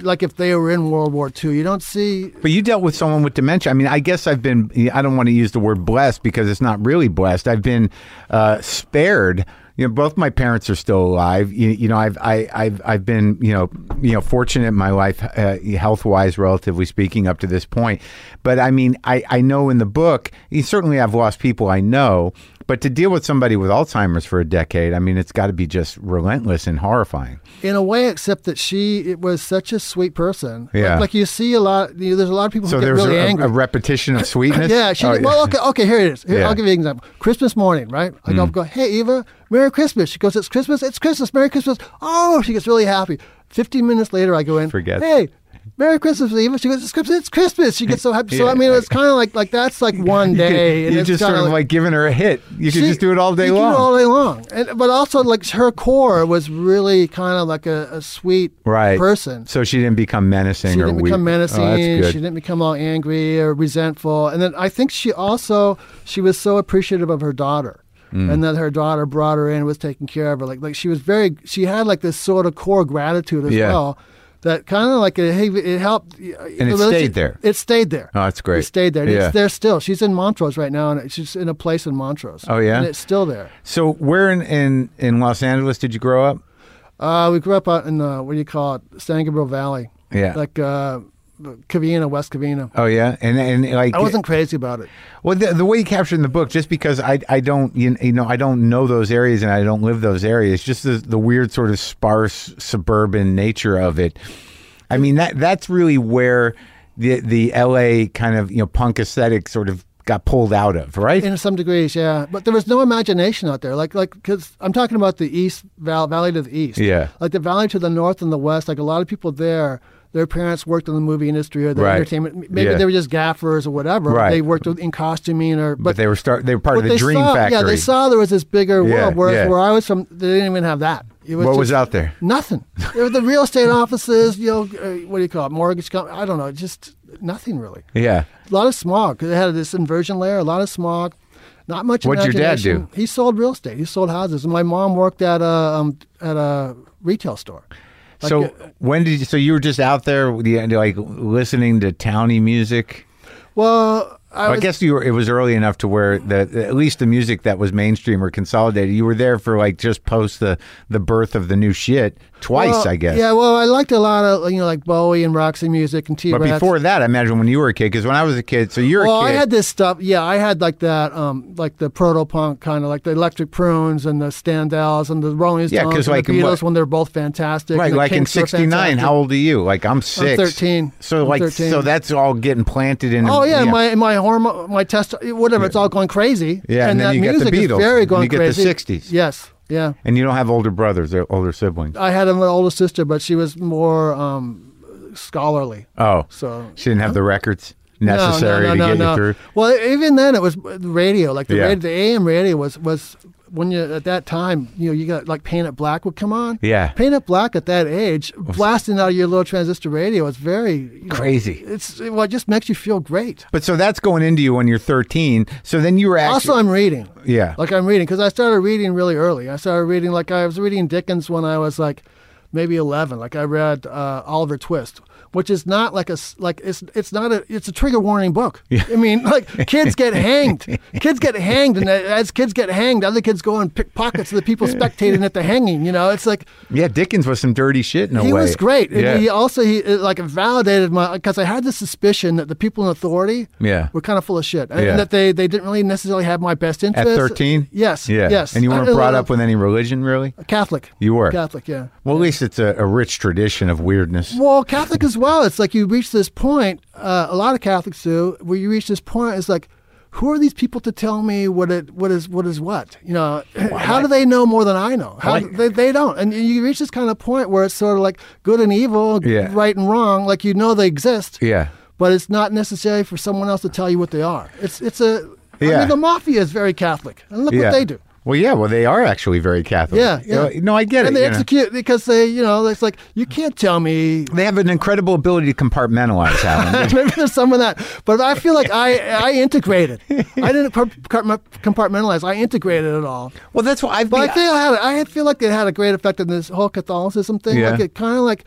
S3: like if they were in World War II. You don't see.
S1: But you dealt with someone with dementia. I mean, I guess I've been, I don't want to use the word blessed because it's not really blessed. I've been uh, spared. You know, both my parents are still alive. You, you know, I've, I, I've, I've been, you know, you know, fortunate in my life, uh, health wise, relatively speaking, up to this point. But I mean, I, I know in the book, you certainly I've lost people I know, but to deal with somebody with Alzheimer's for a decade, I mean, it's got to be just relentless and horrifying.
S3: in a way, except that she it was such a sweet person.
S1: Yeah.
S3: Like, like you see a lot. You know, there's a lot of people
S1: So
S3: who get
S1: there's
S3: really
S1: a,
S3: angry.
S1: a repetition of sweetness.
S3: yeah, she
S1: Oh,
S3: did- well, okay, okay. Here it is. Here,
S1: Yeah. Mm.
S3: I'll give you an example. Christmas morning, right? I go, go, hey Eva, Merry Christmas. She goes, it's Christmas, it's Christmas, Merry Christmas. Oh, she gets really happy. Fifteen minutes later, I go in.
S1: Forgets.
S3: Hey, Merry Christmas, Eva. She goes, it's Christmas, it's Christmas. She gets so happy. So I mean, it's kind of like like that's like one
S1: You could-
S3: day. and
S1: you
S3: it's
S1: just sort
S3: kinda
S1: of like, giving her a hit. You could
S3: she-
S1: just do it all day
S3: you could do
S1: long.
S3: it all day long. And, but also, like her core was really kind of like a, a sweet
S1: right.
S3: person.
S1: So she didn't become menacing
S3: She
S1: or
S3: didn't
S1: weak.
S3: become menacing.
S1: Oh, that's
S3: she
S1: good.
S3: didn't become all angry or resentful. And then I think she also she was so appreciative of her daughter,
S1: Mm.
S3: and that her daughter brought her in, was taking care of her. Like like she was very she had like this sort of core gratitude as
S1: Yeah.
S3: well. That kind of like it, hey, it helped. And
S1: it stayed there.
S3: It stayed there.
S1: Oh, that's great.
S3: It stayed there. And
S1: Yeah.
S3: It's there still. She's in Montrose right now, and she's in a place in Montrose.
S1: Oh, yeah?
S3: and it's still there.
S1: So where in, in in Los Angeles did you grow up?
S3: Uh, we grew up out in uh, what do you call it, San Gabriel Valley.
S1: Yeah.
S3: Like uh, Covina, West Covina.
S1: Oh yeah, and and like
S3: I wasn't crazy about it.
S1: Well, the, the way you captured in the book, just because I I don't you you know I don't know those areas and I don't live those areas, just the, the weird sort of sparse suburban nature of it. I mean that that's really where the the L.A. kind of you know punk aesthetic sort of got pulled out of, right?
S3: In some degrees, yeah. But there was no imagination out there. Like, like, because I'm talking about the East val- Valley to the East.
S1: Yeah.
S3: Like the Valley to the North and the West. Like a lot of people there, their parents worked in the movie industry or the
S1: Right.
S3: entertainment. Maybe
S1: Yeah.
S3: they were just gaffers or whatever.
S1: Right.
S3: They worked in costuming or.
S1: but,
S3: But,
S1: they were start they were part
S3: what
S1: of the
S3: they
S1: Dream
S3: saw,
S1: Factory.
S3: Yeah, they saw there was this bigger
S1: Yeah,
S3: world. Whereas
S1: yeah.
S3: where I was from, they didn't even have that. It
S1: what was
S3: just-
S1: out there.
S3: Nothing. There were the real estate offices, you know, uh, what do you call it? Mortgage company. I don't know. Just nothing really.
S1: Yeah,
S3: A lot of smog. They had this inversion layer. A lot of smog. Not much.
S1: What'd your dad
S3: imagination. He sold real estate. He sold houses. And my mom worked at a um, at a retail store. Like,
S1: so
S3: uh,
S1: when did you, so you were just out there with the- like listening to towny music?
S3: well, I,
S1: I,
S3: was,
S1: guess you were, it was early enough to where the at least the music that was mainstream or consolidated. You were there for like just post the the birth of the new shit twice,
S3: well,
S1: I guess.
S3: Yeah. Well, I liked a lot of you know like Bowie and Roxy music and T.
S1: But before that, I imagine when you were a kid, because when I was a kid, so you're
S3: well,
S1: a
S3: I
S1: kid.
S3: had this stuff. Yeah, I had like that, um, like the proto punk kind of like the Electric Prunes and the Standells and the Rolling
S1: Yeah,
S3: Stones
S1: 'cause
S3: and
S1: like
S3: the
S1: in
S3: Beatles
S1: what-
S3: when they're both fantastic.
S1: Right,
S3: and the
S1: like in
S3: Kinks were
S1: '69.
S3: fantastic.
S1: How old are you? Like I'm 6
S3: 13.
S1: So
S3: I'm
S1: like
S3: 13.
S1: so that's all getting planted in.
S3: Oh yeah, my my hormone, my test, whatever. It's all going crazy.
S1: Yeah, and then
S3: that
S1: you get the
S3: music is
S1: Beatles,
S3: Very
S1: and
S3: going
S1: you get the
S3: crazy.
S1: 60s.
S3: Yes, yeah.
S1: and you don't have older brothers or older siblings.
S3: I had an older sister, but she was more um, scholarly.
S1: Oh,
S3: So
S1: she didn't have the records
S3: No, no,
S1: necessary
S3: no,
S1: to
S3: no,
S1: get
S3: no.
S1: you through.
S3: Well, even then it was the radio, like the
S1: Yeah.
S3: radio, the AM radio was was when you at that time, you know, you got like Paint It Black would come on.
S1: Yeah.
S3: Paint It Black at that age, blasting out of your little transistor radio is very you know,
S1: Crazy.
S3: It's well, it just makes you feel great.
S1: But so that's going into you when you're 13. So then you were actually
S3: Also, I'm reading.
S1: yeah.
S3: Like I'm reading because I started reading really early. I started reading like I was reading Dickens when I was like maybe 11. Like I read uh, Oliver Twist, which is not like a s- like it's it's not a it's a trigger warning book. I mean, like kids get hanged. Kids get hanged, and as kids get hanged, other kids go and pick pockets of the people spectating at the hanging. You know, it's like
S1: yeah, Dickens was some dirty shit in a
S3: he
S1: way.
S3: was great. And
S1: Yeah.
S3: he also he it, like validated my because I had the suspicion that the people in authority
S1: Yeah.
S3: were kind of full of shit and,
S1: Yeah.
S3: that they, they didn't really necessarily have my best
S1: At
S3: interest.
S1: 13?
S3: Yes.
S1: Yeah.
S3: Yes.
S1: And you weren't
S3: I-
S1: brought
S3: uh,
S1: up with any religion, really?
S3: Catholic.
S1: You were.
S3: Catholic, yeah.
S1: Well, at least it's a, a rich tradition of weirdness.
S3: Well, Catholic as well. It's like you reach this point. Uh, a lot of Catholics do. Where you reach this point, it's like, who are these people to tell me what it what is what is what? You know, how do they know more than I know? How
S1: like-
S3: they, they don't. And you reach this kind of point where it's sort of like good and evil,
S1: Yeah.
S3: right and wrong. Like you know they exist.
S1: Yeah.
S3: But it's not necessary for someone else to tell you what they are. It's it's a. I
S1: Yeah.
S3: mean, the mafia is very Catholic, and look
S1: yeah.
S3: what they do.
S1: Well, yeah. Well, they are actually very Catholic.
S3: Yeah, yeah.
S1: You know, No, I get
S3: and
S1: it.
S3: they
S1: you know.
S3: execute because they, you know, it's like you can't tell me
S1: They have an incredible ability to compartmentalize, Alan.
S3: Maybe there's some of that, but I feel like I I integrated. I didn't par- compartment- compartmentalize. I integrated it all.
S1: well, that's why I've
S3: But
S1: been.
S3: I feel I had I had- feel like it had a great effect on this whole Catholicism thing.
S1: Yeah.
S3: Like it kind of like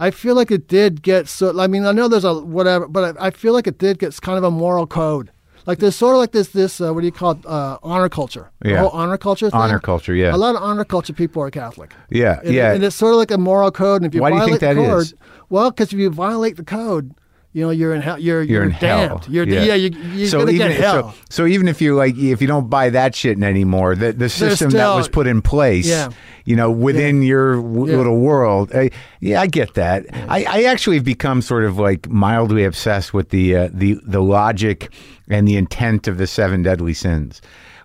S3: I feel like it did get so. I mean, I know there's a whatever, but I, I feel like it did get kind of a moral code. Like there's sort of like this this uh, what do you call it uh, honor culture? The
S1: Yeah.
S3: whole honor culture. Thing.
S1: Honor culture, yeah.
S3: A lot of honor culture people are Catholic.
S1: Yeah,
S3: And-
S1: yeah.
S3: And it's sort of like a moral code. And if you
S1: Why do you
S3: violate
S1: think
S3: the
S1: that
S3: code,
S1: is?
S3: well, because if you violate the code, you know you're in hell. You're
S1: you're in
S3: damned.
S1: hell.
S3: You're yeah. you, you're gonna
S1: even,
S3: get hell.
S1: So, so even if you like, if you don't buy that shit anymore, the the system that
S3: still-
S1: was put in place,
S3: Yeah.
S1: you know, within your w-
S3: Yeah.
S1: little world, I, yeah, I get that. I, I actually have become sort of like mildly obsessed with the uh, the the logic and the intent of the seven deadly sins.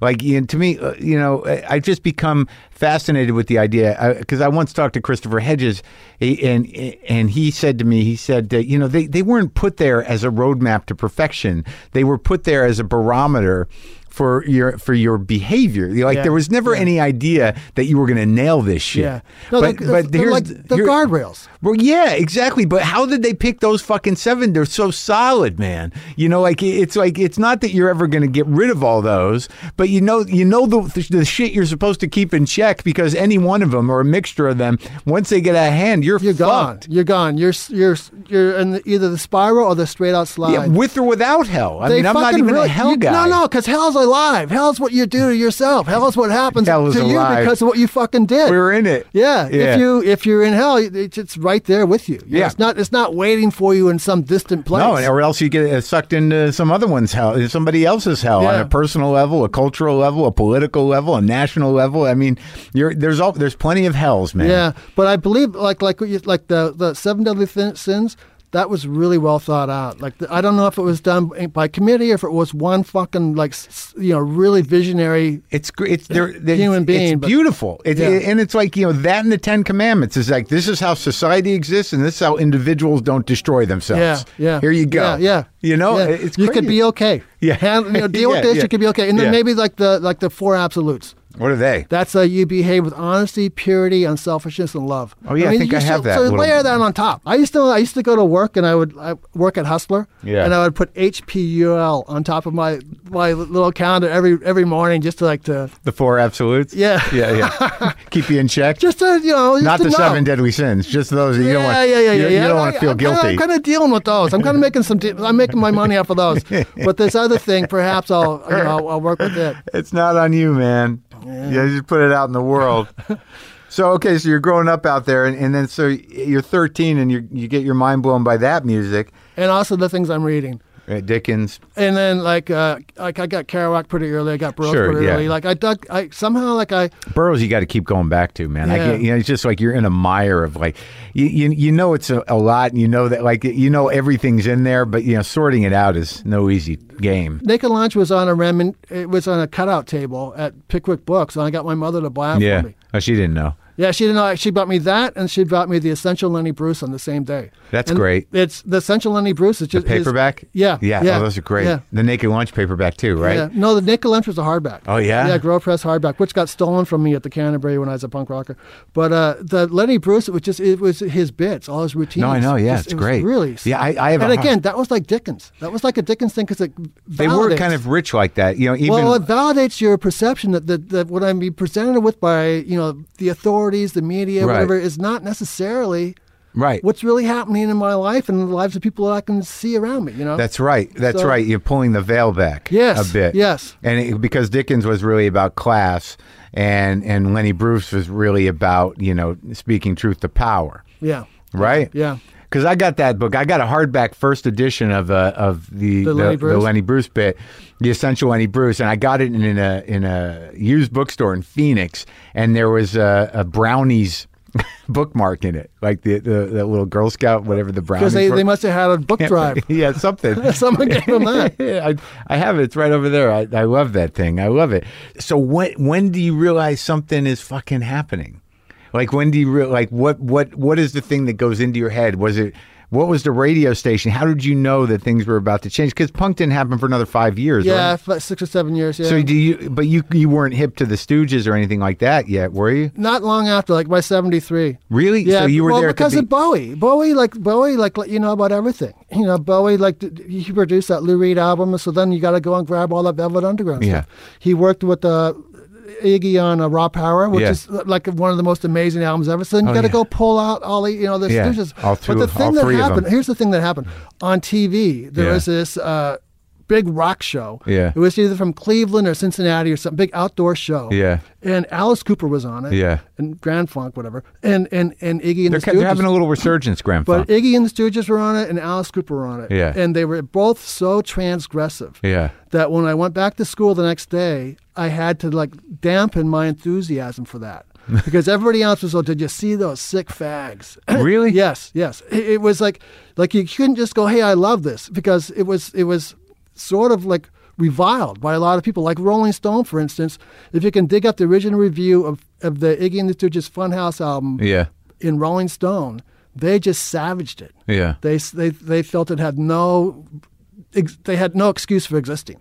S1: Like you know, to me, uh, you know, I- I've just become fascinated with the idea because I once talked to Christopher Hedges, a- and and he said to me, he said, that, you know, they they weren't put there as a roadmap to perfection. They were put there as a barometer for your for your behavior. Like
S3: Yeah.
S1: there was never any idea that you were going to nail this shit.
S3: Yeah. No,
S1: but
S3: they're,
S1: but
S3: they're
S1: here's
S3: like the
S1: here-
S3: guardrails.
S1: well, yeah, exactly. But how did they pick those fucking seven? They're so solid, man. You know, like it- it's like it's not that you're ever going to get rid of all those, but you know, you know the the shit you're supposed to keep in check because any one of them or a mixture of them, once they get out of hand, you're,
S3: You're gone.
S1: fucked.
S3: You're gone. You're s- you're s- you're in the, either the spiral or the straight out slide.
S1: Yeah, with or without hell. I mean, I'm not
S3: fucking
S1: even a
S3: really-
S1: hell
S3: you-
S1: guy.
S3: No, no, because hell's a alive. Hell is what you do to yourself. Hell is what happens
S1: Hell is
S3: to
S1: alive.
S3: you because of what you fucking did.
S1: We were in it.
S3: yeah,
S1: Yeah.
S3: if you if you're in hell, it- it's right there with you. You know,
S1: Yeah.
S3: it's not it's not waiting for you in some distant place.
S1: No, or else you get uh, sucked into some other one's hell, uh, somebody else's hell on
S3: Yeah.
S1: a personal level, a cultural level, a political level, a national level. I mean, you're, there's all there's plenty of hells, man.
S3: Yeah, but I believe like like what you, like the the seven deadly thin- sins that was really well thought out. Like the, I don't know if it was done by committee or if it was one fucking like s- you know really visionary.
S1: It's gr- it's they're, they're-
S3: Human being,
S1: It's
S3: but-
S1: beautiful. It,
S3: Yeah.
S1: and it's like you know that and the Ten Commandments is like this is how society exists, and this is how individuals don't destroy themselves.
S3: Yeah, yeah.
S1: Here you go.
S3: Yeah, yeah.
S1: You know,
S3: Yeah.
S1: it's
S3: you could
S1: crazy.
S3: be okay.
S1: Yeah.
S3: Hand- you know, deal
S1: Yeah,
S3: with this.
S1: yeah.
S3: You could be okay, and then
S1: Yeah.
S3: maybe like the like the four absolutes.
S1: What are they?
S3: That's uh, you behave with honesty, purity, unselfishness, and love.
S1: Oh, yeah, I think
S3: you
S1: I
S3: should-
S1: have that
S3: So
S1: little-
S3: layer that on top. I used to I used to go to work and I would I work at Hustler.
S1: Yeah.
S3: And I would put HPUL on top of my my little calendar every every morning just to like to
S1: The four absolutes.
S3: Yeah.
S1: yeah, yeah. Keep you in check.
S3: just to you know just
S1: not
S3: to
S1: the
S3: know.
S1: seven deadly sins, just those that you
S3: yeah,
S1: don't want.
S3: yeah, yeah,
S1: you-
S3: yeah,
S1: You,
S3: yeah.
S1: don't
S3: And
S1: want
S3: I-
S1: to feel
S3: I'm kinda-
S1: guilty.
S3: I'm kind of dealing with those. I'm kind of making some. De- I'm making my money off of those. But this other thing, perhaps I'll you know I'll, I'll work with it.
S1: It's not on you, man. Yeah, you just put it out in the world. so okay, so you're growing up out there, and, and then so you're 13, and you you get your mind blown by that music,
S3: And also the things I'm reading.
S1: Uh, Dickens.
S3: and then like uh like I got Kerouac pretty early, I got Burroughs
S1: Sure,
S3: pretty
S1: yeah.
S3: early. Like I dug I somehow like I
S1: Burroughs, you got to keep going back to, man. I
S3: Yeah.
S1: get- you know, it's just like you're in a mire of like, you you, you know it's a, a lot, and you know that like you know everything's in there, but you know sorting it out is no easy game.
S3: Naked Lunch was on a remin it was on a cutout table at Pickwick Books and I got my mother to buy it for me.
S1: oh, she didn't know.
S3: Yeah, she didn't know she bought me that and she bought me the Essential Lenny Bruce on the same day.
S1: That's
S3: And
S1: great.
S3: It's the Essential Lenny Bruce is just is-
S1: Paperback.
S3: yeah.
S1: yeah,
S3: yeah
S1: Oh, those are great.
S3: Yeah.
S1: The Naked Lunch paperback too, right?
S3: Yeah. No, the Naked Lunch was a hardback.
S1: Oh, yeah?
S3: Yeah, Grow Press hardback, which got stolen from me at the Canterbury when I was a punk rocker. But uh, the Lenny Bruce, it was just it was his bits, all his routines.
S1: No, I know. Yeah,
S3: Just-
S1: it's
S3: it was
S1: great.
S3: Really.
S1: Yeah, I- I have a
S3: And
S1: hard-
S3: again, that was like Dickens. That was like a Dickens thing because it
S1: They were
S3: validates-
S1: kind of rich like that, you know. Even
S3: well, it validates your perception that, that, that what I'm being presented with by you know the authorities, the media,
S1: Right.
S3: whatever, is not necessarily
S1: right.
S3: what's really happening in my life and the lives of people that I can see around me. You know,
S1: That's right. That's
S3: So-
S1: right. You're pulling the veil back
S3: Yes,
S1: a bit.
S3: yes.
S1: And it, because Dickens was really about class and and Lenny Bruce was really about, you know, speaking truth to power,
S3: yeah,
S1: right?
S3: yeah.
S1: Cuz I got that book. I got a hardback first edition of uh, of the
S3: The
S1: the,
S3: Lenny
S1: the
S3: Bruce?
S1: Lenny Bruce bit, the essential Lenny Bruce, and I got it in a in a used bookstore in Phoenix and there was a, a brownies bookmark in it. Like the, the the little girl scout whatever the brownies
S3: Because they,
S1: were.
S3: they must have had a book drive.
S1: yeah, something.
S3: Someone gave him that.
S1: I, I have it. It's right over there. I, I love that thing. I love it. So when when do you realize something is fucking happening? Like when do you real like what what what is the thing that goes into your head? Was it what was the radio station? How did you know that things were about to change? Because punk didn't happen for another five years.
S3: Yeah,
S1: Right?
S3: f- six or seven years. Yeah.
S1: So do you? But you you weren't hip to the Stooges or anything like that yet, were you?
S3: not long after, like by '73.
S1: Really?
S3: Yeah.
S1: So you were
S3: well,
S1: there at the
S3: because
S1: be-
S3: of Bowie. Bowie, like Bowie, like let you know about everything. You know, Bowie, like d- d- he produced that Lou Reed album, so then you got to go and grab all that Velvet Underground.
S1: Yeah.
S3: Stuff. He worked with uh, Iggy on uh, Raw Power, which
S1: Yeah.
S3: is uh, like one of the most amazing albums ever. So then you
S1: Oh,
S3: got to
S1: yeah.
S3: go pull out all the you know the
S1: Yeah.
S3: Stooges.
S1: All two-
S3: but the thing
S1: all
S3: that
S1: three of 'em.
S3: happened. Here's the thing that happened on TV. There
S1: Yeah.
S3: was this. Uh, Big rock show.
S1: Yeah.
S3: It was either from Cleveland or Cincinnati or some big outdoor show.
S1: Yeah.
S3: And Alice Cooper was on it.
S1: Yeah.
S3: And Grand Funk, whatever. And and and Iggy and
S1: They're,
S3: the
S1: ca- they're having
S3: Stooges.
S1: a little resurgence, Grandpa.
S3: but Iggy and the Stooges were on it, and Alice Cooper were on it.
S1: Yeah.
S3: And they were both so transgressive
S1: yeah.
S3: that when I went back to school the next day, I had to like dampen my enthusiasm for that because everybody else was, "Oh, did you see those sick fags?"
S1: Really?
S3: yes, yes. It, it was like, like you couldn't just go, "Hey, I love this," because it was, it was sort of like reviled by a lot of people. Like Rolling Stone, for instance, if you can dig up the original review of of the Iggy and the Stooges Funhouse album
S1: Yeah.
S3: in Rolling Stone, they just savaged it.
S1: Yeah.
S3: They they they felt it had no, ex- they had no excuse for existing.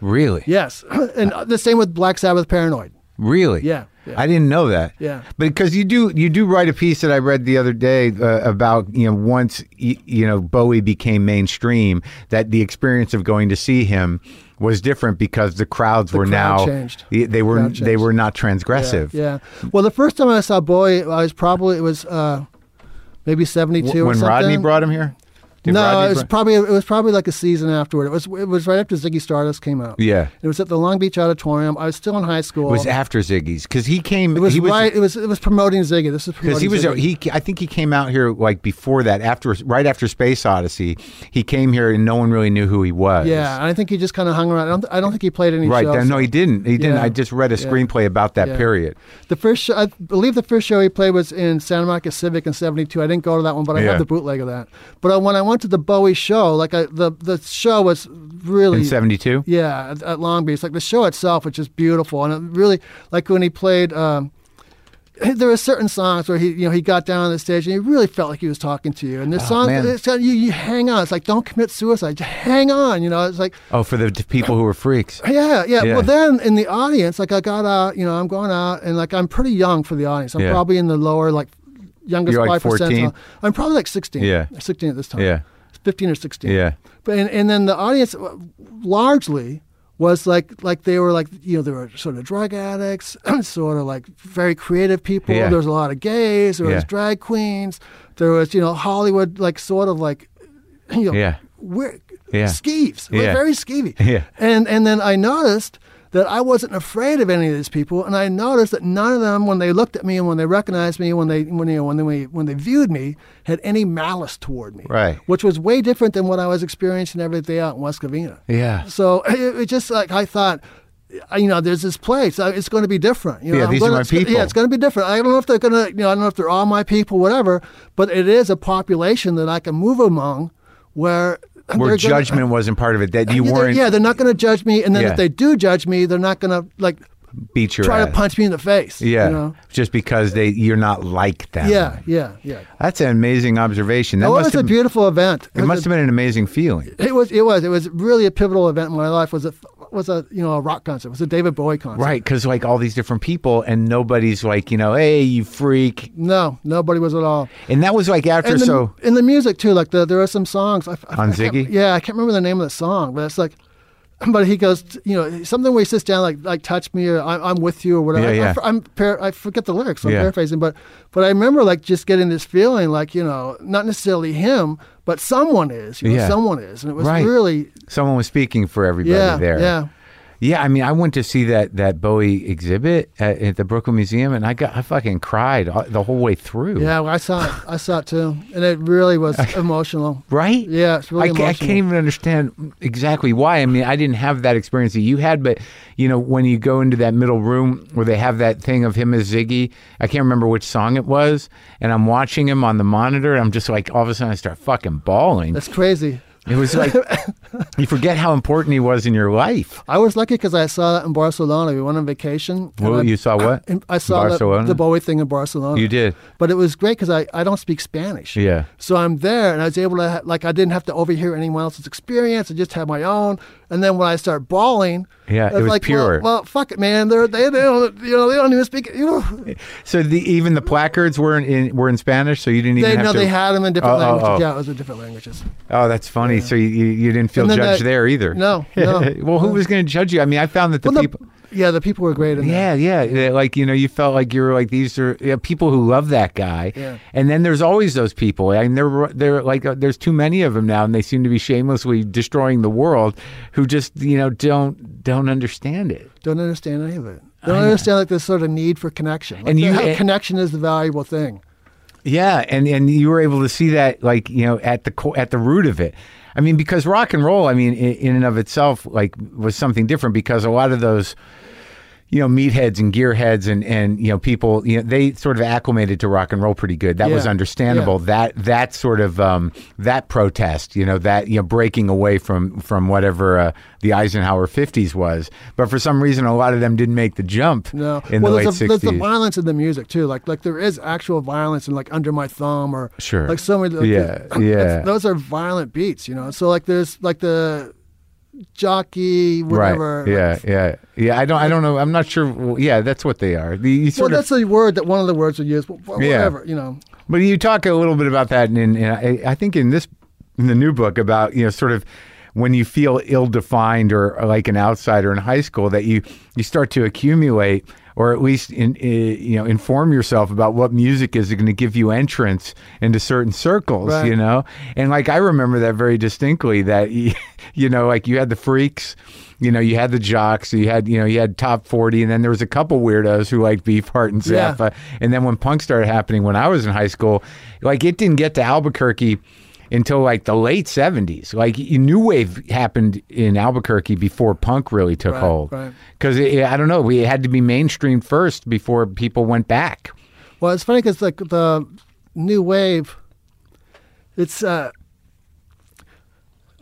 S1: Really.
S3: Yes, and uh, the same with Black Sabbath Paranoid.
S1: Really?
S3: Yeah, yeah.
S1: I didn't know that.
S3: Yeah.
S1: Because you do you do write a piece that I read the other day uh, about you know once y- you know Bowie became mainstream that the experience of going to see him was different because the crowds were now
S3: crowd changed.
S1: y- they were
S3: Crowd
S1: they
S3: changed.
S1: were not transgressive.
S3: Yeah. Well, the first time I saw Bowie, I was probably it was uh, maybe seventy two.
S1: W- when Rodney brought him here? Did
S3: no,
S1: Rodney
S3: it was
S1: Br-
S3: probably it was probably like a season afterward. It was it was right after Ziggy Stardust came out.
S1: Yeah.
S3: it was at the Long Beach Auditorium. I was still in high school.
S1: It was after Ziggy's because he came.
S3: It was,
S1: he was
S3: right. It was it was promoting Ziggy. This is
S1: because
S3: promoting
S1: he was
S3: Ziggy.
S1: he. I think he came out here like before that. After right after Space Odyssey, he came here and no one really knew who he was.
S3: yeah, and I think he just kind of hung around. I don't, I don't think he played any
S1: Right.
S3: shows.
S1: then- No, he didn't. He didn't.
S3: Yeah.
S1: I just read a
S3: Yeah.
S1: screenplay about that
S3: Yeah.
S1: period.
S3: The first, show, I believe, the first show he played was in Santa Monica Civic in '72. I didn't go to that one, but I
S1: Yeah.
S3: have the bootleg of that. But I, when I went to the Bowie show, like I, the the show was really
S1: In 72?
S3: Yeah, at, at Long Beach. Like the show itself, which is beautiful, and it really like when he played. Um, there were certain songs where he, you know, he got down on the stage and he really felt like he was talking to you. And the song,
S1: Oh, man.
S3: it's, you, you hang on. It's like don't commit suicide. Just hang on. You know, it's like
S1: Oh, for the d- people who were freaks.
S3: yeah, yeah.
S1: Yeah.
S3: Well, then in the audience, like I got out, you know, I'm going out, and like I'm pretty young for the audience. I'm
S1: Yeah.
S3: probably in the lower, like youngest
S1: You're, like,
S3: five
S1: 14?
S3: percent. I'm probably like 16.
S1: Yeah.
S3: 16 at this time.
S1: Yeah.
S3: 15 or 16.
S1: Yeah.
S3: But and, and then the audience uh, largely was like like they were like you know they were sort of drug addicts, sort of like very creative people.
S1: Yeah.
S3: There was a lot of gays. There
S1: Yeah.
S3: was drag queens. There was you know Hollywood like sort of like you know
S1: Yeah.
S3: we're
S1: Yeah.
S3: skeeves. We're
S1: Yeah.
S3: very skeevy.
S1: Yeah.
S3: And and then I noticed that I wasn't afraid of any of these people, and I noticed that none of them, when they looked at me and when they recognized me, when they when you know, when they when they viewed me, had any malice toward me.
S1: Right.
S3: Which was way different than what I was experiencing every day out in West Covina.
S1: Yeah.
S3: So it, it just like I thought. I- You know, there's this place. I- It's going to be different. You
S1: Yeah,
S3: know, I'm
S1: these are
S3: gonna,
S1: my
S3: it's gonna-
S1: people.
S3: Yeah, it's going to be different. I don't know if they're going to. You know, I don't know if they're all my people, whatever. But it is a population that I can move among, where
S1: Where
S3: they're gonna-
S1: judgment wasn't part of it. That you
S3: yeah, they're-
S1: weren't
S3: yeah, they're not going to judge me, and then
S1: Yeah.
S3: if they do judge me, they're not going to like
S1: beat your
S3: try to
S1: ass.
S3: punch me in the face. you
S1: Yeah.
S3: know?
S1: Just because they you're not like them.
S3: yeah, yeah, yeah.
S1: That's an amazing observation. That
S3: Oh, it
S1: must
S3: was a
S1: have,
S3: beautiful event.
S1: it
S3: was
S1: must
S3: a-
S1: have been an amazing feeling.
S3: It was. It was. It was really a pivotal event in my life. Was a was a you know a rock concert. Was a David Bowie concert.
S1: Right, because like all these different people, and nobody's like, you know, hey, you freak.
S3: No, nobody was at all.
S1: And that was like after,
S3: And the,
S1: so
S3: and the music too. Like the, there are some songs I, I-
S1: On
S3: I can't-
S1: Ziggy?
S3: Yeah, I can't remember the name of the song, but it's like. But he goes, t- you know, something where he sits down, like like touch me or I'm, I'm with you or whatever.
S1: Yeah,
S3: I- I,
S1: yeah.
S3: for- I'm par- I forget the lyrics. I'm
S1: Yeah.
S3: paraphrasing, but but I remember like just getting this feeling, like you know, not necessarily him, but someone is, you know,
S1: Yeah.
S3: someone is, and it was
S1: Right.
S3: really,
S1: someone was speaking for everybody
S3: yeah,
S1: there.
S3: yeah.
S1: Yeah, I mean, I went to see that that Bowie exhibit at, at the Brooklyn Museum, and I got I fucking cried uh, the whole way through.
S3: Yeah, well, I saw it. I saw it too, and it really was emotional.
S1: right.
S3: Yeah, it's really
S1: I, ca- I
S3: emotional.
S1: can't even understand exactly why. I mean, I didn't have that experience that you had, but you know, when you go into that middle room where they have that thing of him as Ziggy, I can't remember which song it was, and I'm watching him on the monitor, and I'm just like, all of a sudden, I start fucking bawling.
S3: That's crazy.
S1: It was like you forget how important he was in your life.
S3: I was lucky because I saw that in Barcelona. We went on vacation. and
S1: Well,
S3: I-
S1: you saw what?
S3: and I saw
S1: Barcelona?
S3: The, the Bowie thing in Barcelona.
S1: You did.
S3: but it was great because I, I don't speak Spanish.
S1: Yeah.
S3: So I'm there, and I was able to ha- like I didn't have to overhear anyone else's experience. I just had my own. And then when I start bawling,
S1: Yeah,
S3: I
S1: it was
S3: like,
S1: pure.
S3: Well, well, fuck it, man. They're, they they don't you know they don't even speak. You know,
S1: So the, even the placards were in, in were in Spanish, so you didn't even
S3: they
S1: have
S3: know
S1: to.
S3: they had them in different
S1: Oh, oh,
S3: languages.
S1: oh.
S3: Yeah, it was in different languages.
S1: oh, that's funny. So you, you you didn't feel
S3: And then
S1: judged
S3: that-
S1: there either.
S3: No, no.
S1: well, who was going to judge you? I mean, I found that the
S3: Well, the-
S1: people.
S3: yeah, the people were great. In there.
S1: Yeah, yeah. that, Like, you know, you felt like you were like, these are yeah, people who love that guy.
S3: Yeah.
S1: And then there's always those people. And they're, they're like, uh, there's too many of them now, and they seem to be shamelessly destroying the world who just, you know, don't don't understand it.
S3: don't understand any of it. Don't understand like this sort of need for connection. Like,
S1: And you-
S3: how
S1: and-
S3: connection is the valuable thing.
S1: Yeah, and and you were able to see that, like you know, at the co- at the root of it. I mean, because rock and roll, I mean, in, in and of itself, like was something different because a lot of those. You know, meatheads and gearheads and and you know people. You know, they sort of acclimated to rock and roll pretty good. That was
S3: Yeah,
S1: understandable. That that sort of um, that protest. You know that you know breaking away from from whatever uh, the Eisenhower fifties was. But for some reason, a lot of them didn't make the jump.
S3: No,
S1: in
S3: well,
S1: the
S3: there's,
S1: late
S3: a, there's the
S1: sixties.
S3: violence in the music too. Like, like there is actual violence in like Under My Thumb or
S1: Sure.
S3: like some of the
S1: Yeah,
S3: the-
S1: yeah.
S3: that's- Those are violent beats, you know. So like there's like the jockey whatever.
S1: Right. Yeah. Yeah. Yeah. I don't. I don't know. I'm not sure. Well, yeah, that's what they are. The- You
S3: Well,
S1: sort
S3: that's the word that one of the words we use. wh- wh-
S1: Yeah.
S3: Whatever, you know.
S1: of, uh, but you talk a little bit about that, in, in, I, I think in this in the new book about you know sort of when you feel ill-defined or like an outsider in high school that you you start to accumulate or at least in, in- you know inform yourself about what music is going to give you entrance into certain circles
S3: Right.
S1: you know and like i remember that very distinctly that you know like you had the freaks you know you had the jocks you had you know you had top 40 and then there was a couple weirdos who liked beefheart and
S3: Yeah.
S1: zappa uh, and then when punk started happening when i was in high school like it didn't get to albuquerque until like the late 70s like y- new wave happened in albuquerque before punk really took
S3: Right,
S1: hold
S3: right.
S1: because I don't know, we had to be mainstream first before people went back.
S3: Well, it's funny because like the new wave, it's uh,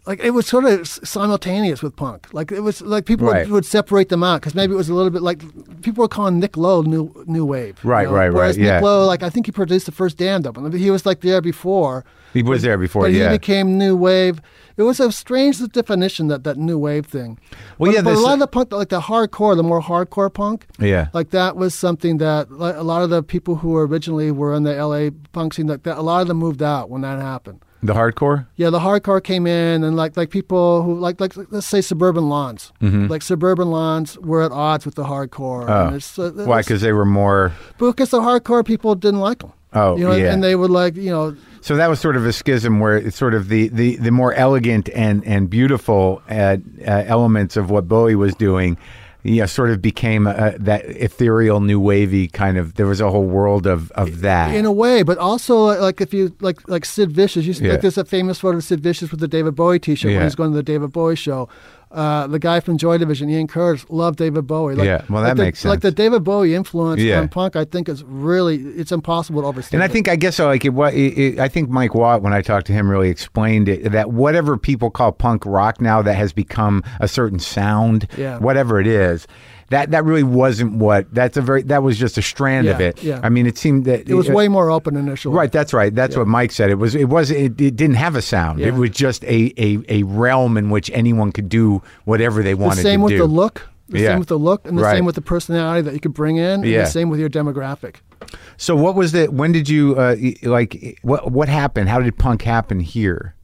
S3: like it was sort of s- simultaneous with punk. Like it was like people
S1: Right.
S3: would, would separate them out because maybe it was a little bit like people were calling Nick Lowe new new wave.
S1: Right, right, right,
S3: Whereas Nick
S1: yeah.
S3: Lowe, like I think he produced the first Damned album. He was like there before.
S1: He was there before,
S3: but
S1: yeah.
S3: he became new wave. It was a strange definition that that new wave thing.
S1: Well,
S3: But-
S1: yeah,
S3: but a
S1: this-
S3: lot of the punk, like the hardcore, the more hardcore punk,
S1: Yeah.
S3: like that was something that like, a lot of the people who originally were in the LA punk scene, like that, a lot of them moved out when that happened.
S1: The hardcore?
S3: Yeah, the hardcore came in, and like like people who like like let's say suburban lawns,
S1: Mm-hmm.
S3: like suburban lawns were at odds with the hardcore. and it's, uh,
S1: Oh. Why?
S3: it's-
S1: Because they were more.
S3: because the hardcore people didn't like them.
S1: Oh,
S3: you know,
S1: yeah.
S3: and they would like you know
S1: So that was sort of a schism where it's sort of the, the, the more elegant and, and beautiful uh, uh, elements of what Bowie was doing. Yeah, sort of became uh that ethereal, new wavy kind of. There was a whole world of, of that.
S3: in a way, but also uh, like if you like like Sid Vicious, you,
S1: Yeah.
S3: like there's a famous photo of Sid Vicious with the David Bowie T-shirt
S1: Yeah.
S3: when he's going to the David Bowie show. Uh, the guy from Joy Division, Ian Curtis, loved David Bowie. Like,
S1: Yeah, well, that
S3: like the-
S1: makes
S3: Like the
S1: sense.
S3: David Bowie influence
S1: Yeah.
S3: on punk, I think is really it's impossible to overstate.
S1: And I
S3: it.
S1: think I guess so. Like it, wa- it, it, I think Mike Watt, when I talked to him, really explained it that whatever people call punk rock now, that has become a certain sound,
S3: Yeah.
S1: whatever it is. That that really wasn't what. That's a very. That was just a strand of
S3: Yeah,
S1: it.
S3: yeah.
S1: I mean, it seemed that
S3: it was way more open initially.
S1: uh, Right, that's right. That's what Mike said. It was. It was. It, it didn't have a sound. It
S3: Yeah.
S1: was just a, a a realm in which anyone could do whatever they
S3: The
S1: wanted.
S3: same
S1: to
S3: with
S1: do.
S3: the look. The
S1: Yeah.
S3: same with the look, and the
S1: Right.
S3: same with the personality that you could bring in, and
S1: Yeah.
S3: the same with your demographic.
S1: So what was the? When did you uh, y- like? What what happened? How did punk happen here?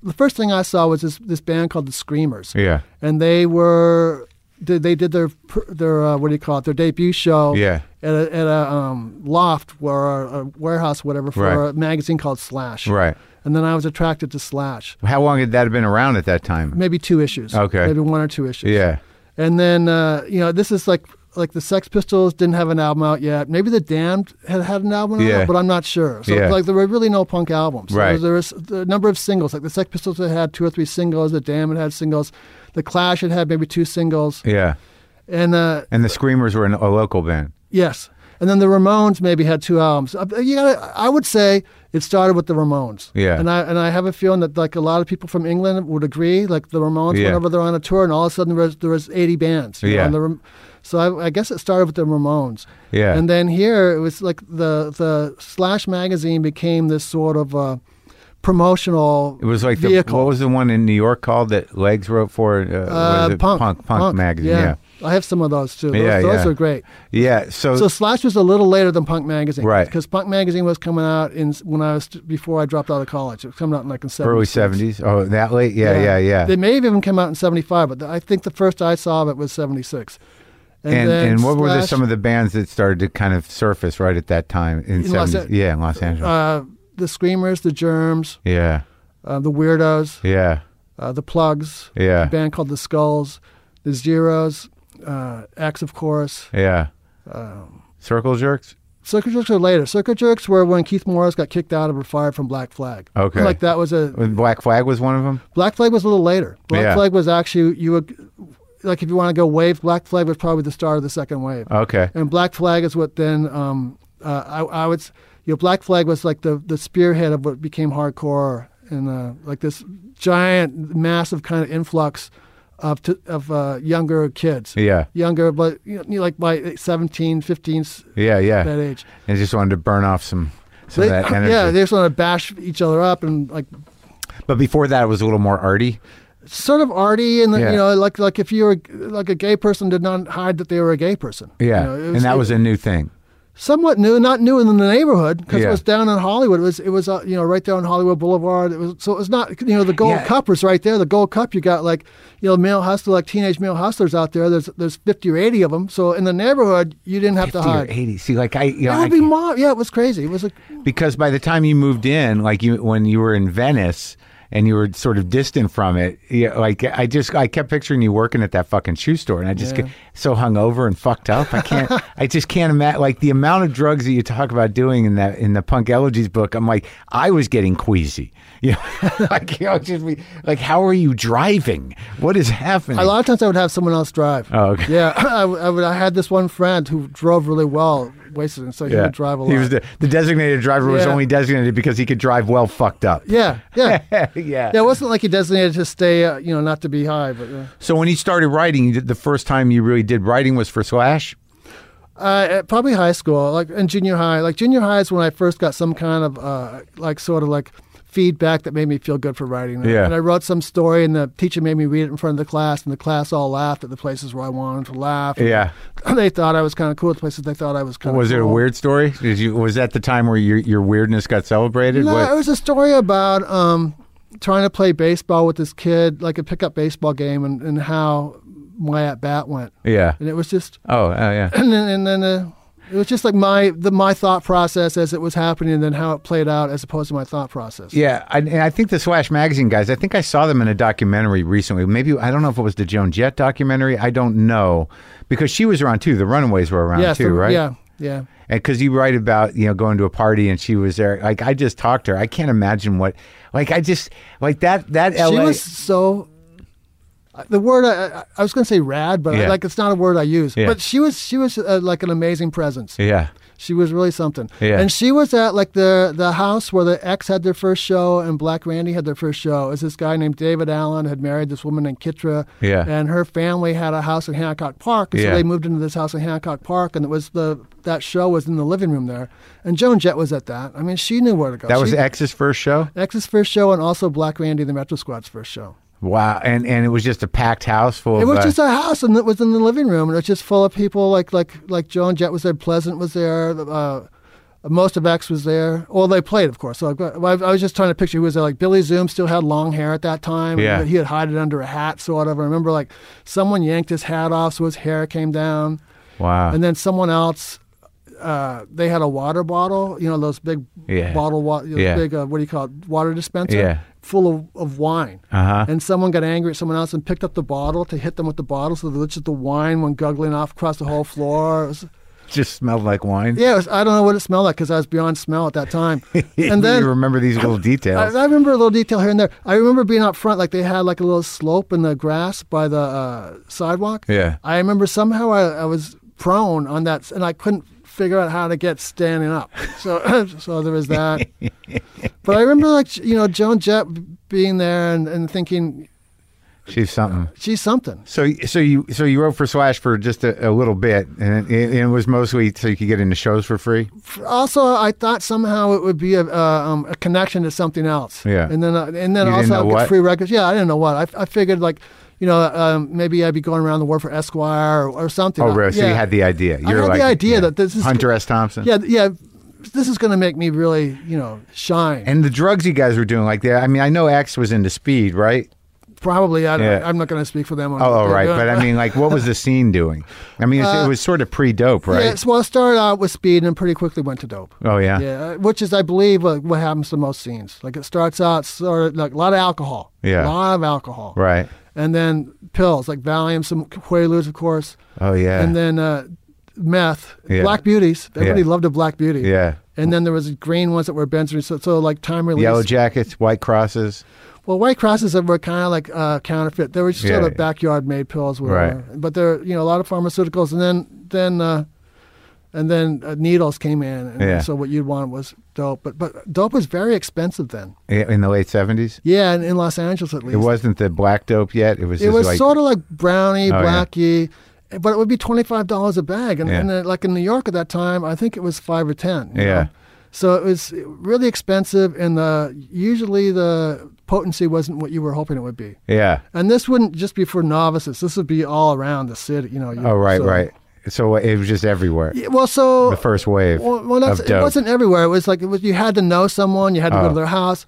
S3: The first thing I saw was this this band called the Screamers.
S1: Yeah.
S3: and they were did they did their pr- their uh, what do you call it their debut show
S1: Yeah.
S3: at a, at a um, loft or a warehouse whatever for
S1: Right.
S3: a magazine called Slash
S1: Right.
S3: and then I was attracted to Slash
S1: How long had that been around at that time?
S3: maybe two issues
S1: Okay.
S3: maybe one or two issues
S1: Yeah.
S3: and then uh, you know this is like like the Sex Pistols didn't have an album out yet maybe the Damned had had an album
S1: Yeah.
S3: out but I'm not sure so
S1: Yeah.
S3: like there were really no punk albums
S1: Right.
S3: there, was a number of singles like the Sex Pistols had, had two or three singles the Damned had singles the Clash had had maybe two singles
S1: Yeah.
S3: and uh,
S1: And the Screamers were an, a local band.
S3: Yes. And then the Ramones maybe had two albums. Uh, You gotta, I would say it started with the Ramones.
S1: Yeah.
S3: And I and I have a feeling that like a lot of people from England would agree. Like the Ramones,
S1: Yeah.
S3: whenever they're on a tour, and all of a sudden there was, there was eighty bands. you know,
S1: Yeah.
S3: and the Ram- so I, I guess it started with the Ramones.
S1: Yeah.
S3: And then here it was like the the Slash magazine became this sort of uh, promotional.
S1: It was like the,
S3: vehicle.
S1: what was the one in New York called that Legs wrote for? Uh,
S3: uh,
S1: was it
S3: punk,
S1: punk, punk magazine. Yeah.
S3: I have some of those too. Those,
S1: Yeah,
S3: those
S1: yeah.
S3: are great.
S1: Yeah. so,
S3: So Slash was a little later than Punk Magazine,
S1: Right.
S3: Because Punk Magazine was coming out in when I was before I dropped out of college. It was coming out in like in 76.
S1: early seventies. Oh, that late. Yeah. Yeah. Yeah.
S3: They may have even come out in seventy five, but the, I think the first I saw of it was seventy six.
S1: and and what were the, some of the bands that started to kind of surface right at that time in,
S3: In Los
S1: 70s?
S3: An-
S1: yeah, in Los Angeles.
S3: uh, the Screamers, the Germs,
S1: yeah.
S3: uh, the Weirdos,
S1: Yeah.
S3: uh, the Plugs,
S1: Yeah.
S3: a band called the Skulls, the Zeros, uh, Axe of Chorus.
S1: Yeah.
S3: Um,
S1: Circle jerks.
S3: Circuit Jerks are later. Circuit Jerks were when Keith Morris got kicked out or fired from Black Flag.
S1: Okay.
S3: like that was a
S1: Black Flag was one of them.
S3: Black Flag was a little later. Black
S1: Yeah.
S3: Flag was actually you would like if you want to go wave. Black Flag was probably the start of the second wave.
S1: Okay.
S3: And Black Flag is what then um, uh, I, I would s- you know Black Flag was like the the spearhead of what became hardcore and uh, like this giant massive kind of influx of t- of uh, younger kids.
S1: Yeah.
S3: Younger, but you know, like by 17, 15, s-
S1: Yeah. Yeah.
S3: that age.
S1: And just wanted to burn off some some
S3: They-
S1: of that energy.
S3: yeah, they just want to bash each other up and like
S1: But before that, it was a little more arty.
S3: sort of arty and
S1: Yeah.
S3: you know like like if you were like a gay person did not hide that they were a gay person
S1: Yeah,
S3: You know, it
S1: and that was a new thing.
S3: somewhat new, not new in the neighborhood because
S1: Yeah.
S3: it was down in Hollywood. It was it was uh, you know right there on Hollywood Boulevard. It was so it was not you know the Gold
S1: Yeah.
S3: Cup was right there. The Gold Cup you got like you know male hustler like teenage male hustlers out there. There's there's fifty or eighty of them. So in the neighborhood you didn't have
S1: 50
S3: to
S1: or
S3: hide.
S1: 80. See, like I, you know,
S3: It
S1: I
S3: would be mob. Yeah, it was crazy. It was a
S1: because by the time you moved in, like you when you were in Venice and you were sort of distant from it, yeah, like I just I kept picturing you working at that fucking shoe store, and I just get so hungover and fucked up. I can't, I just can't imagine like the amount of drugs that you talk about doing in that in the Punk Elegies book. I'm like, I was getting queasy. You know, like you know, just be, like how are you driving? What is happening?
S3: A lot of times I would have someone else drive.
S1: Oh, okay.
S3: Yeah, I, would- I would. I had this one friend who drove really well, wasted, and so he would drive a lot.
S1: He was the, the designated driver was
S3: Yeah.
S1: only designated because he could drive well fucked up.
S3: yeah, yeah, yeah.
S1: yeah.
S3: It wasn't like he designated to stay, uh, you know, not to be high, but. Uh,
S1: So when you started writing, you did- the first time you really did writing was for Slash.
S3: Uh, at probably high school, like in junior high. Like junior high is when I first got some kind of uh, like sort of like feedback that made me feel good for writing.
S1: Yeah.
S3: And I wrote some story, and the teacher made me read it in front of the class, and the class all laughed at the places where I wanted to laugh.
S1: Yeah.
S3: They thought I was kind of cool. The places they thought I was kind of
S1: Was it a
S3: cool.
S1: weird story? Did you was that the time where your your weirdness got celebrated?
S3: No,
S1: What-
S3: it was a story about um, trying to play baseball with this kid, like a pickup baseball game, and, and how my at bat went.
S1: yeah.
S3: And it was just,
S1: Oh, oh, yeah.
S3: and then, and then uh, it was just like my the my thought process as it was happening, and then how it played out as opposed to my thought process.
S1: Yeah, I, and I think the Slash magazine guys. I think I saw them in a documentary recently. Maybe I don't know if it was the Joan Jett documentary. I don't know because she was around too. The Runaways were around
S3: yeah,
S1: too,
S3: so-
S1: right?
S3: Yeah, yeah.
S1: And because you write about, you know, going to a party and she was there. Like I just talked to her. I can't imagine what. Like I just like that that LA.
S3: She was so. uh, The word I, I- I was going to say rad, but I-
S1: Yeah.
S3: like it's not a word I use.
S1: Yeah.
S3: But she was she was uh, like an amazing presence.
S1: yeah.
S3: She was really something.
S1: Yeah.
S3: And she was at like the the house where the X had their first show and Black Randy had their first show. Is this guy named David Allen had married this woman named Kitra.
S1: Yeah.
S3: And her family had a house in Hancock Park. And
S1: Yeah.
S3: so they moved into this house in Hancock Park and it was the that show was in the living room there. And Joan Jett was at that. I mean she knew where to go.
S1: That was
S3: She-
S1: X's first show.
S3: X's first show and also Black Randy the Metro Squad's first show.
S1: Wow, and and it was just a packed house full.
S3: It
S1: of,
S3: was
S1: uh,
S3: just a house, and it was in the living room, and it was just full of people. Like like like Joan Jett was there, Pleasant was there, uh, most of X was there. Well, they played, of course. So I've got- I, I was just trying to picture who was there. Like Billy Zoom still had long hair at that time.
S1: Yeah.
S3: but he had hide it under a hat, sort of. I remember like someone yanked his hat off, so his hair came down,
S1: wow.
S3: and then someone else. Uh, they had a water bottle, you know, those big
S1: Yeah.
S3: bottle, wa- you know,
S1: Yeah.
S3: big uh, what do you call it, water dispenser,
S1: Yeah.
S3: full of, of wine
S1: Uh-huh.
S3: and someone got angry at someone else and picked up the bottle to hit them with the bottle, so the just the wine went guggling off across the whole floor. It was-
S1: just smelled like wine.
S3: yeah, it was, I don't know what it smelled like because I was beyond smell at that time. And then
S1: you remember these little
S3: I,
S1: details.
S3: I remember a little detail here and there. I remember being up front, like they had like a little slope in the grass by the uh, sidewalk.
S1: Yeah.
S3: I remember somehow I, I was prone on that, s- and I couldn't figure out how to get standing up. So, so there was that. but I remember like you know Joan Jett being there and, and thinking
S1: She's something.
S3: she's something.
S1: So so you so you wrote for Slash for just a, a little bit, and it, it was mostly so you could get into shows for free.
S3: also I thought somehow it would be a, uh, um, a connection to something else.
S1: Yeah.
S3: And then uh, and then
S1: You didn't
S3: also
S1: know
S3: I would
S1: what?
S3: get free records. Yeah, I didn't know what. I, I figured like, you know, um, maybe I'd be going around the world for Esquire or, or something.
S1: Oh, really? So
S3: Yeah.
S1: you had the idea.
S3: I
S1: You're
S3: had
S1: like
S3: the idea
S1: yeah.
S3: that this is
S1: Hunter S. Thompson.
S3: Yeah, yeah. This is going to make me really, you know, shine.
S1: And the drugs you guys were doing like that. I mean, I know X was into speed, right?
S3: Probably, I,
S1: Yeah.
S3: I'm not going to speak for them. on uh,
S1: Oh,
S3: what
S1: oh,
S3: they're
S1: right.
S3: doing.
S1: But I mean, like, what was the scene doing? I mean,
S3: Uh,
S1: it's, it was sort of pre-dope, right?
S3: Yeah, so I started out with speed and pretty quickly went to dope.
S1: Oh yeah.
S3: Yeah, which is, I believe, uh, what happens to most scenes. Like it starts out sort of like a lot of alcohol.
S1: Yeah.
S3: a lot of alcohol.
S1: Right.
S3: and then pills like Valium, some Quaaludes, of course,
S1: Oh yeah.
S3: and then uh, meth,
S1: Yeah.
S3: Black Beauties. Everybody
S1: Yeah.
S3: loved a Black Beauty.
S1: Yeah.
S3: And then there was green ones that were Benson. So, so like time release.
S1: Yellow jackets, white crosses.
S3: well, white crosses that were kind of like uh, counterfeit. They were just sort
S1: Yeah.
S3: of backyard made pills. Were, uh,
S1: Right.
S3: But there, you know, a lot of pharmaceuticals, and then then. Uh, and then uh, needles came in, and
S1: Yeah.
S3: so what you'd want was dope. But but dope was very expensive then.
S1: Yeah, in the late seventies.
S3: Yeah, in, in Los Angeles at least.
S1: It wasn't the black dope yet. It was.
S3: It
S1: just
S3: was
S1: like,
S3: sort of like brownie,
S1: Oh, yeah.
S3: blackie, but it would be twenty five dollars a bag, and,
S1: Yeah.
S3: and then, like in New York at that time, I think it was five or ten. you
S1: Yeah.
S3: know? So it was really expensive, and the usually the potency wasn't what you were hoping it would be.
S1: Yeah.
S3: And this wouldn't just be for novices. This would be all around the city. You know. you-
S1: Oh right,
S3: so-
S1: right. So it was just everywhere.
S3: Yeah, Well, so
S1: The first wave
S3: Well, well that's,
S1: of
S3: it
S1: dope. Oh.
S3: wasn't everywhere. It was like it was you had to know someone. You had to go to their house.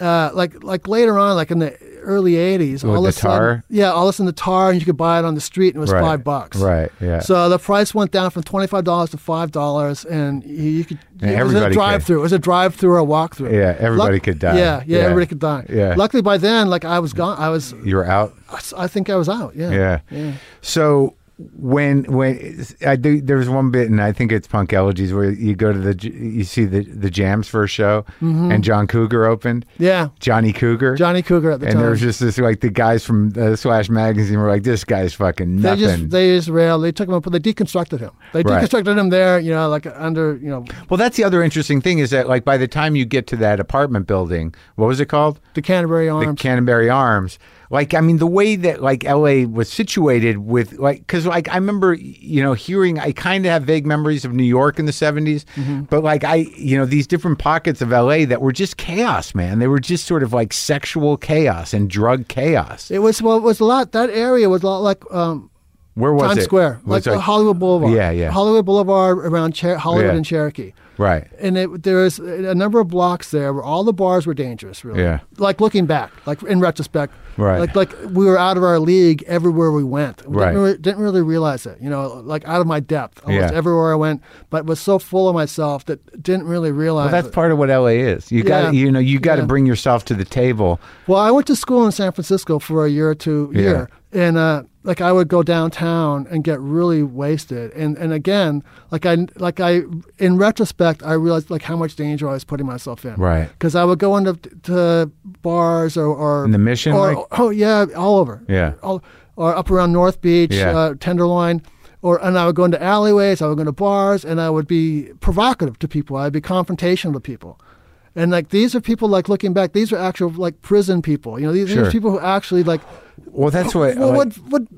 S3: Uh, like like later on, like in the early '80s, all
S1: the
S3: of a sudden,
S1: tar?
S3: yeah, all of a sudden the tar, and you could buy it on the street, and it was
S1: Right,
S3: five bucks.
S1: right, yeah.
S3: So the price went down from twenty five dollars to five dollars, and you, you could.
S1: And
S3: it was a
S1: everybody
S3: drive through. It was a drive through or a walk through.
S1: Yeah, everybody could die.
S3: Yeah, yeah,
S1: Yeah.
S3: everybody could die.
S1: Yeah.
S3: Luckily, by then, like I was gone. I was.
S1: You were out.
S3: I think I was out. Uh, Yeah.
S1: Yeah. So when when I do, there's one bit, and I think it's Punk Elegies where you go to the j- you see the the Jams first show, and John Cougar opened.
S3: Mm-hmm. Yeah.
S1: Johnny Cougar.
S3: Johnny Cougar at the
S1: And
S3: time.
S1: there was just this like the guys from uh, Slash magazine were like, this guy's fucking
S3: They
S1: nothing.
S3: just they just railed. They took him up, but they deconstructed him. They
S1: Right.
S3: deconstructed him there, you know, like under, you know,
S1: well, that's the other interesting thing is that like by the time you get to that apartment building, what was it called?
S3: the Canterbury
S1: the
S3: Arms.
S1: Canterbury Arms. Like, I mean, the way that like LA was situated with like, because like I remember, you know, hearing. I kind of have vague memories of New York in the 70s
S3: Mm-hmm.
S1: but like I, you know, these different pockets of LA that were just chaos, man. They were just sort of like sexual chaos and drug chaos.
S3: it was well, it was a lot. That area was a lot like um,
S1: Where was
S3: Times
S1: it?
S3: Square,
S1: Was
S3: like,
S1: it,
S3: uh, Hollywood Boulevard.
S1: Yeah, yeah.
S3: Hollywood Boulevard around Cher- Hollywood
S1: Yeah.
S3: and Cherokee.
S1: right.
S3: And it, there was a number of blocks there where all the bars were dangerous, really.
S1: Yeah.
S3: Like looking back, like in retrospect,
S1: Right.
S3: Like like we were out of our league everywhere we went. We
S1: Right.
S3: Didn't, re- didn't really realize it, you know, like out of my depth almost
S1: Yeah.
S3: everywhere I went, but was so full of myself that didn't really realize.
S1: Well, that's
S3: it.
S1: part of what LA is. You got,
S3: Yeah.
S1: you know, you got to
S3: Yeah.
S1: bring yourself to the table.
S3: Well, I went to school in San Francisco for a year or two
S1: Yeah.
S3: year, and uh, like I would go downtown and get really wasted, and and again, like I like I in retrospect, I realized like how much danger I was putting myself in,
S1: Right.
S3: Because I would go into to bars or or
S1: In the Mission,
S3: or,
S1: like?
S3: oh yeah, all over,
S1: Yeah.
S3: all, or up around North Beach,
S1: Yeah.
S3: uh, Tenderloin. Or, and I would go into alleyways, I would go into bars, and I would be provocative to people. I'd be confrontational to people. And like these are people like looking back, these are actual like prison people. You know, these, these
S1: Sure.
S3: are people who actually like
S1: Well, that's what.
S3: well,
S1: like-
S3: would would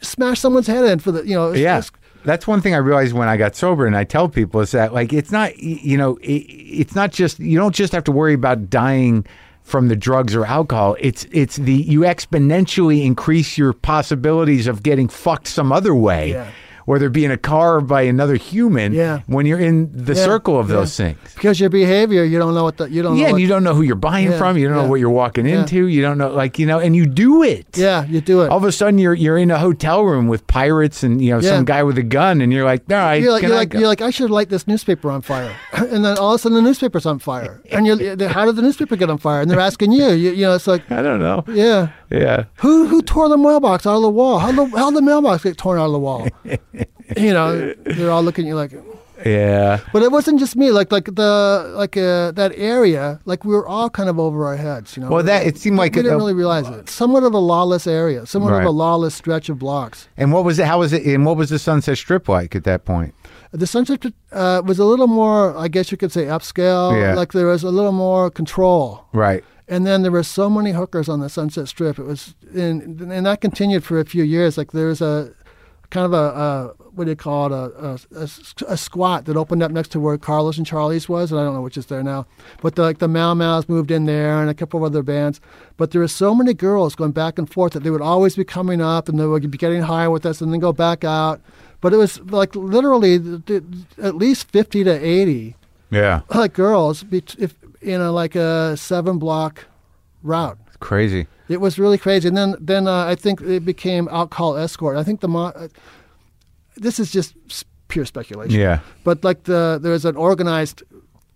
S3: smash someone's head in for the you know it's-
S1: Yeah.
S3: it's-
S1: That's one thing I realized when I got sober, and I tell people is that like it's not y- you know it, it's not just you don't just have to worry about dying from the drugs or alcohol. It's it's the you exponentially increase your possibilities of getting fucked some other way,
S3: Yeah.
S1: whether it be in a car or by another human.
S3: Yeah.
S1: when you're in the
S3: yeah,
S1: circle of
S3: yeah.
S1: those things.
S3: because your behavior you don't know what the you don't
S1: Yeah,
S3: know
S1: and
S3: what-
S1: you don't know who you're buying
S3: Yeah,
S1: from. You don't know
S3: yeah.
S1: what you're walking
S3: Yeah.
S1: into. You don't know, like you know, and you do it.
S3: yeah you do it
S1: All of a sudden, you're you're in a hotel room with pirates and you know
S3: Yeah.
S1: some guy with a gun, and you're like, all right,
S3: you're like
S1: can
S3: you're
S1: I
S3: like
S1: go?"
S3: you're like I should light this newspaper on fire, and then all of a sudden the newspaper's on fire, and you're they're, how did the newspaper get on fire? And they're asking you, you, you know, it's like
S1: I don't know.
S3: yeah,
S1: Yeah.
S3: who who tore the mailbox out of the wall? How the how the mailbox get torn out of the wall? you know, they're all looking at you like.
S1: Yeah.
S3: But it wasn't just me. Like like the like uh, that area. Like we were all kind of over our heads. You know.
S1: Well, that it seemed
S3: we
S1: like.
S3: didn't
S1: uh,
S3: really realize it. Somewhat of a lawless area. Somewhat
S1: Right.
S3: of a lawless stretch of blocks.
S1: and what was it? How was it? And what was the Sunset Strip like at that point?
S3: The sunset uh, was a little more. I guess you could say upscale.
S1: Yeah.
S3: Like there was a little more control.
S1: Right.
S3: And then there were so many hookers on the Sunset Strip. It was, and and that continued for a few years. Like there was a kind of a, a what do you call it, a, a, a squat that opened up next to where Carlos and Charlie's was, and I don't know which is there now. But the, like the Mau Mau's moved in there, and a couple of other bands. But there were so many girls going back and forth that they would always be coming up, and they would be getting high with us, and then go back out. But it was like literally th- th- at least fifty to eighty
S1: Yeah.
S3: like girls be- if in a like a seven block route.
S1: It's crazy.
S3: It was really crazy, and then then uh, I think it became alcohol escort. I think the mo- uh, this is just s- pure speculation.
S1: Yeah.
S3: but like the there was an organized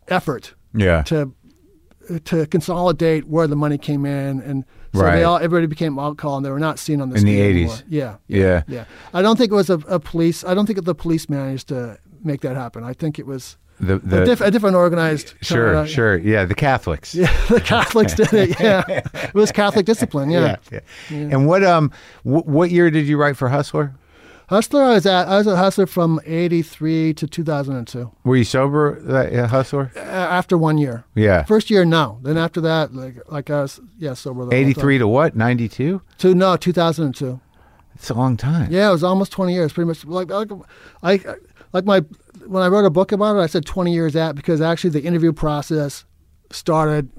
S3: effort
S1: Yeah.
S3: to to consolidate where the money came in, and so
S1: Right.
S3: they all everybody became alcohol, and they were not seen on the
S1: In the
S3: street
S1: 80s.
S3: anymore. Yeah,
S1: Yeah.
S3: yeah. I don't think it was a, a police. I don't think the police managed to make that happen. I think it was
S1: The
S3: a,
S1: the.
S3: diff- a different organized.
S1: Sure,
S3: uh,
S1: sure. Yeah, the Catholics. Yeah,
S3: the Catholics did it. Yeah, it was Catholic discipline. Yeah.
S1: yeah. And what um wh- what year did you write for Hustler?
S3: Hustler, I was at. I was at Hustler from '83 to 2002.
S1: Were you sober that uh, Hustler?
S3: a- After one year.
S1: Yeah.
S3: First year, no. Then after that, like like I was, yeah, sober. the whole time.
S1: 83 to what? 92?
S3: to no 2002.
S1: It's a long time.
S3: Yeah, it was almost 20 years, pretty much. Like like I like my when I wrote a book about it, I said 20 years at because actually the interview process started.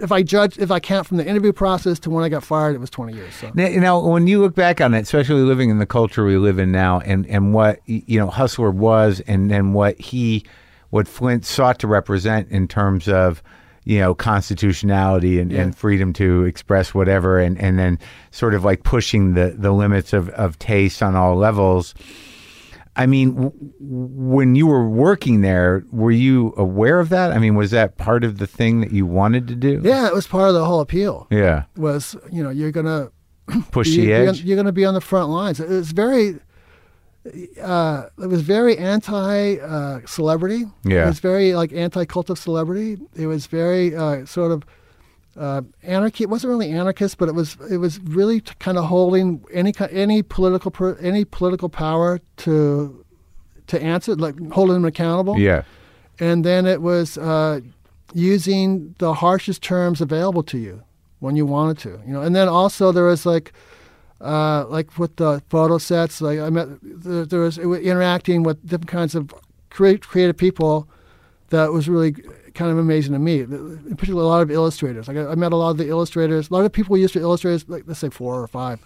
S3: If I judge, if I count from the interview process to when I got fired, it was 20 years. So
S1: Now, now, when you look back on it, especially living in the culture we live in now, and and what y- you know, Hustler was, and then what he, what Flint sought to represent in terms of, you know, constitutionality and, and freedom to express whatever, and and then sort of like pushing the the limits of of taste on all levels. I mean, w- w- when you were working there, were you aware of that? I mean, was that part of the thing that you wanted to do?
S3: yeah, it was part of the whole appeal.
S1: Yeah.
S3: Was you know you're gonna
S1: Push
S3: you,
S1: the
S3: you're,
S1: edge.
S3: you're going to be on the front lines. It was very, uh, it was very anti uh, celebrity.
S1: Yeah.
S3: it was very like anti cult of celebrity. It was very uh, sort of uh, anarchy. It wasn't really anarchist, but it was it was really t- kind of holding any ki- any political per, any political power to to answer, like holding them accountable
S1: yeah.
S3: and then it was uh, using the harshest terms available to you when you wanted to, you know. And then also there was like, uh, like with the photo sets, like I met there, there was, it was interacting with different kinds of crea- creative people that was really kind of amazing to me. In particular, a lot of illustrators. Like I, I met a lot of the illustrators. A lot of people who used to illustrators, like let's say four or five,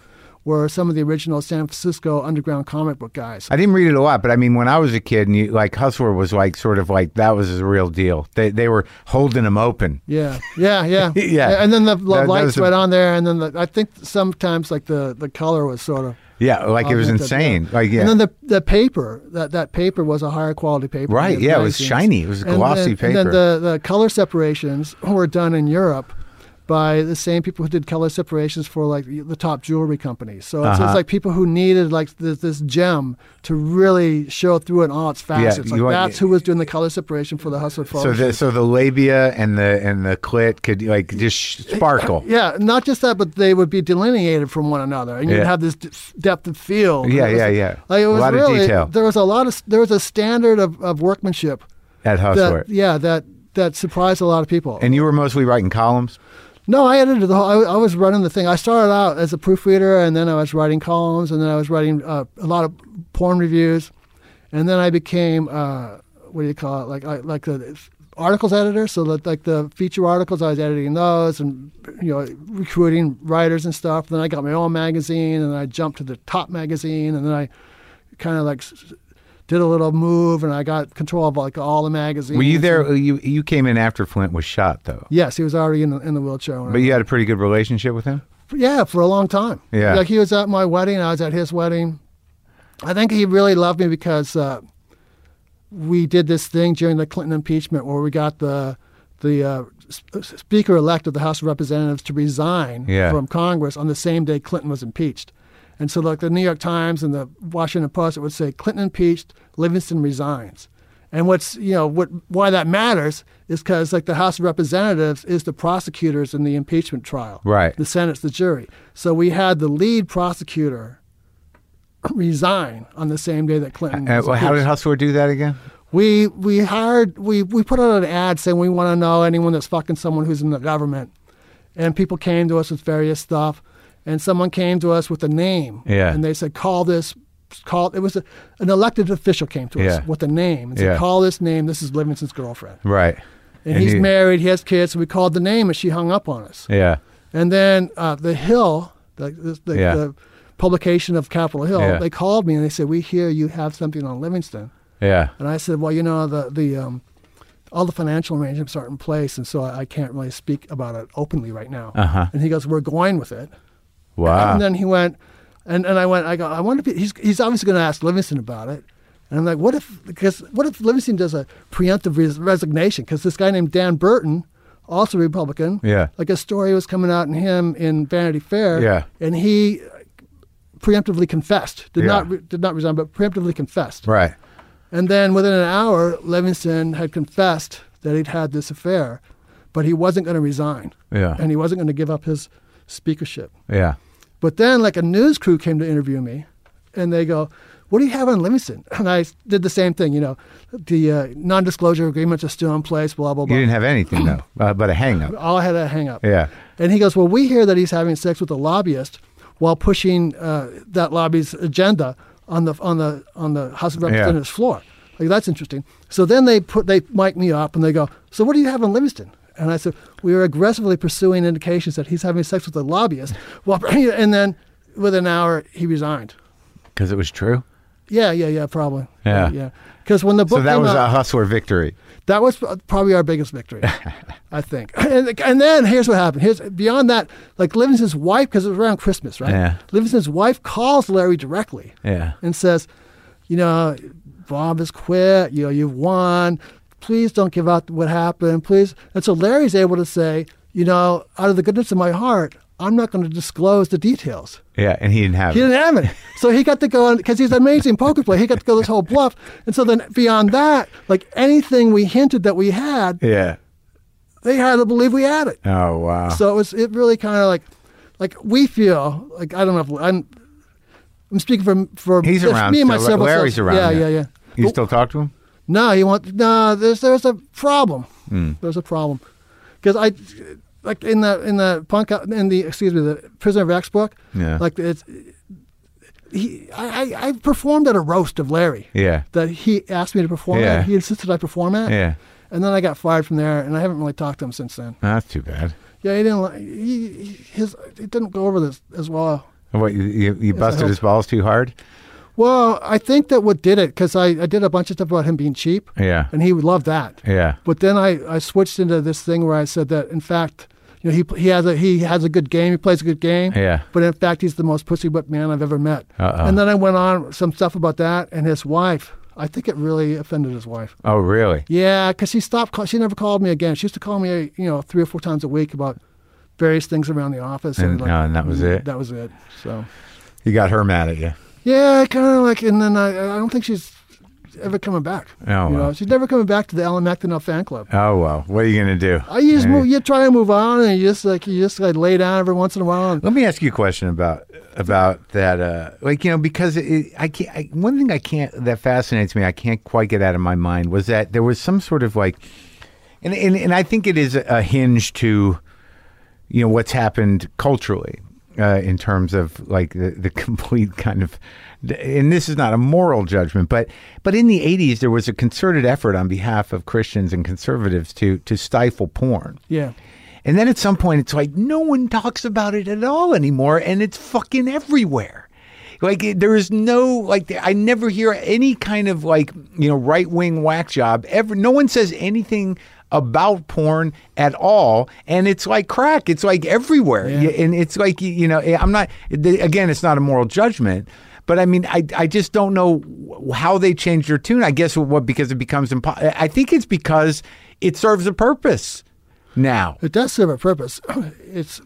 S3: were some of the original San Francisco underground comic book guys.
S1: I didn't read it a lot, but I mean, when I was a kid, and you, like Hustler was like sort of like that was his real deal. They they were holding him open.
S3: Yeah, yeah, yeah,
S1: Yeah.
S3: And then the
S1: That-
S3: lo-
S1: that was
S3: lights
S1: the-
S3: went on there, and then the, I think sometimes like the the color was sort of
S1: Yeah, like it was
S3: augmented,
S1: insane.
S3: Oh, yeah.
S1: Like yeah,
S3: And then the the paper that that paper was a higher quality paper.
S1: Right,
S3: than the
S1: yeah, it was
S3: magazines.
S1: shiny. It was
S3: And
S1: glossy
S3: then-
S1: paper.
S3: And then the the color separations were done in Europe. By the same people who did color separations for like the the top jewelry companies, so it's,
S1: Uh-huh.
S3: it's like people who needed like this, this gem to really show through in all its facets.
S1: you
S3: like
S1: want-
S3: that's who was doing the color separation for the Hustler.
S1: so
S3: photo
S1: the
S3: shoot.
S1: so the labia and the and the clit could like just sh- sparkle.
S3: Yeah, not just that, but they would be delineated from one another, and you'd
S1: Yeah.
S3: have this d- depth of field.
S1: Yeah,
S3: It was-
S1: yeah, yeah.
S3: Like, it
S1: A
S3: was
S1: lot of
S3: really,
S1: detail.
S3: There was a lot of there was a standard of, of workmanship.
S1: At Hustler,
S3: That, yeah, that that surprised a lot of people.
S1: Oh, and you were mostly writing columns.
S3: no, I edited the whole. I, I was running the thing. I started out as a proofreader, and then I was writing columns, and then I was writing uh, a lot of porn reviews, and then I became uh, what do you call it? Like I, like the articles editor. So that like the feature articles, I was editing those, and you know recruiting writers and stuff. Then I got my own magazine, and I jumped to the top magazine, and then I kind of like. s- Did a little move, and I got control of like all the magazines.
S1: Were you
S3: Mm-hmm.
S1: there? You you came in after Flint was shot, though.
S3: Yes, he was already in the, in the wheelchair. when I
S1: But you had a pretty good relationship with him.
S3: Yeah, for a long time.
S1: Yeah.
S3: Like he was at my wedding, I was at his wedding. I think he really loved me because uh, we did this thing during the Clinton impeachment where we got the the uh, s- speaker elect of the House of Representatives to resign
S1: Yeah.
S3: from Congress on the same day Clinton was impeached. And so, like the New York Times and the Washington Post, it would say Clinton impeached, Livingston resigns. And what's you know what why that matters is because like the House of Representatives is the prosecutors in the impeachment trial,
S1: Right.
S3: The Senate's the jury. So we had the lead prosecutor resign on the same day that Clinton.
S1: Uh,
S3: was
S1: well, how did
S3: impeached.
S1: Hustler do that again?
S3: We we hired we we put out an ad saying we want to know anyone that's fucking someone who's in the government, and people came to us with various stuff, and someone came to us with a name,
S1: Yeah.
S3: and they said call this, call it was a, an elected official came to
S1: Yeah.
S3: us with a name and said
S1: Yeah.
S3: call this name. This is Livingston's girlfriend,
S1: Right.
S3: and, he's
S1: you-
S3: married, he has kids, and we called the name, and she hung up on us.
S1: Yeah.
S3: And then uh, the Hill, the, the, the,
S1: Yeah.
S3: the publication of Capitol Hill,
S1: Yeah.
S3: they called me and they said we hear you have something on Livingston.
S1: Yeah.
S3: And I said, well, you know, the the um, all the financial arrangements aren't in place, and so I, I can't really speak about it openly right now.
S1: Uh-huh.
S3: And he goes, we're going with it.
S1: Wow.
S3: And then he went, and, and I went, I go, I wonder if he- he's he's obviously going to ask Livingston about it. And I'm like, what if because what if Livingston does a preemptive res- resignation? Because this guy named Dan Burton, also Republican,
S1: Yeah.
S3: like a story was coming out in him in Vanity Fair,
S1: Yeah.
S3: and he preemptively confessed, did
S1: Yeah.
S3: not re- did not resign, but preemptively confessed,
S1: right.
S3: and then within an hour, Livingston had confessed that he'd had this affair, but he wasn't going to resign.
S1: Yeah.
S3: And he wasn't going to give up his speakership.
S1: Yeah.
S3: But then, like, a news crew came to interview me, and they go, What do you have on Livingston? And I did the same thing, you know, the uh, non disclosure agreements are still in place, blah, blah,
S1: You
S3: blah.
S1: didn't have anything though, uh, but a hang up.
S3: All I had a hang up.
S1: Yeah.
S3: And he goes, Well, we hear that he's having sex with a lobbyist while pushing uh, that lobby's agenda on the on the on the House of Representatives floor. Like that's interesting. So then they put they mic me up and they go, So what do you have in Livingston? And I said, we are aggressively pursuing indications that he's having sex with a lobbyist. Well, and then within an hour, he resigned.
S1: Because it was true.
S3: Yeah, yeah, yeah, probably.
S1: Yeah.
S3: yeah. Because when the book
S1: So that
S3: came
S1: was
S3: out,
S1: a hustler victory.
S3: that was probably our biggest victory, I think. And, and then here's what happened. Here's beyond that, like Livingston's wife, because it was around Christmas, right?
S1: Yeah.
S3: Livingston's wife calls Larry directly
S1: Yeah.
S3: and says, you know, Bob has quit. You know, you've won. Please don't give out what happened. Please. And so Larry's able to say, you know, out of the goodness of my heart, I'm not going to disclose the details.
S1: Yeah. And he didn't have
S3: He
S1: it.
S3: didn't have it. So he got to go on because he's an amazing poker player. He got to go this whole bluff. And so then beyond that, like anything we hinted that we had,
S1: Yeah.
S3: they had to believe we had it.
S1: Oh, wow.
S3: So it was it really kind of like like we feel like I don't know if I'm I'm speaking from for
S1: He's
S3: just
S1: around
S3: me and
S1: still.
S3: myself.
S1: Larry's around
S3: Yeah,
S1: now.
S3: yeah, yeah.
S1: you
S3: But-
S1: still talk to him?
S3: no, you want no. There's there's a problem.
S1: Hmm.
S3: There's a problem because I like in the in the punk in the excuse me the Prisoner of X book.
S1: Yeah.
S3: Like it's he I, I I performed at a roast of Larry.
S1: Yeah.
S3: That he asked me to perform
S1: Yeah.
S3: at. He insisted I perform at.
S1: Yeah.
S3: And then I got fired from there, and I haven't really talked to him since then.
S1: No, that's too bad.
S3: Yeah, he didn't. Like, he, he- his it didn't go over this as well.
S1: What, you, you, you busted
S3: help.
S1: his balls too hard?
S3: Well, I think that what did it because I, I did a bunch of stuff about him being cheap.
S1: Yeah.
S3: And he would love that.
S1: Yeah.
S3: But then I, I switched into this thing where I said that in fact, you know, he he has a he has a good game. He plays a good game.
S1: Yeah.
S3: But in fact, he's the most pussy whipped man I've ever met.
S1: Uh-oh.
S3: And then I went on some stuff about that and his wife. I think it really offended his wife.
S1: Oh, really?
S3: Yeah, because she stopped. Call- she never called me again. She used to call me, you know, three or four times a week about various things around the office.
S1: And- oh, and that was it?
S3: That was it. So.
S1: You got her mad at you.
S3: Yeah, kind of like, and then I, I don't think she's ever coming back.
S1: Oh,
S3: you
S1: wow.
S3: know, she's never coming back to the Alan Macdonald fan club.
S1: Oh, well. What are you going to do?
S3: I you just
S1: Yeah.
S3: move, you try and move on, and you just like you just like lay down every once in a while. And,
S1: Let me ask you a question about about that. Uh, like you know, because it, I can't. I, one thing I can't that fascinates me, I can't quite get out of my mind, was that there was some sort of like, and and, and I think it is a hinge to, you know, what's happened culturally. Uh, in terms of like the, the complete kind of, and this is not a moral judgment, but but in the '80s there was a concerted effort on behalf of Christians and conservatives to to stifle porn.
S3: yeah,
S1: And then at some point, it's like no one talks about it at all anymore, and it's fucking everywhere. Like it- there is no like I never hear any kind of like you know right wing whack job ever. No one says anything about porn at all, and it's like crack. It's like everywhere,
S3: Yeah.
S1: Y- and it's like y- you know eh, I'm not the- again. It's not a moral judgment. But I mean, I, I just don't know wh- how they changed their tune. I guess what because it becomes impo- I think it's because it serves a purpose now.
S3: it does serve a purpose. it's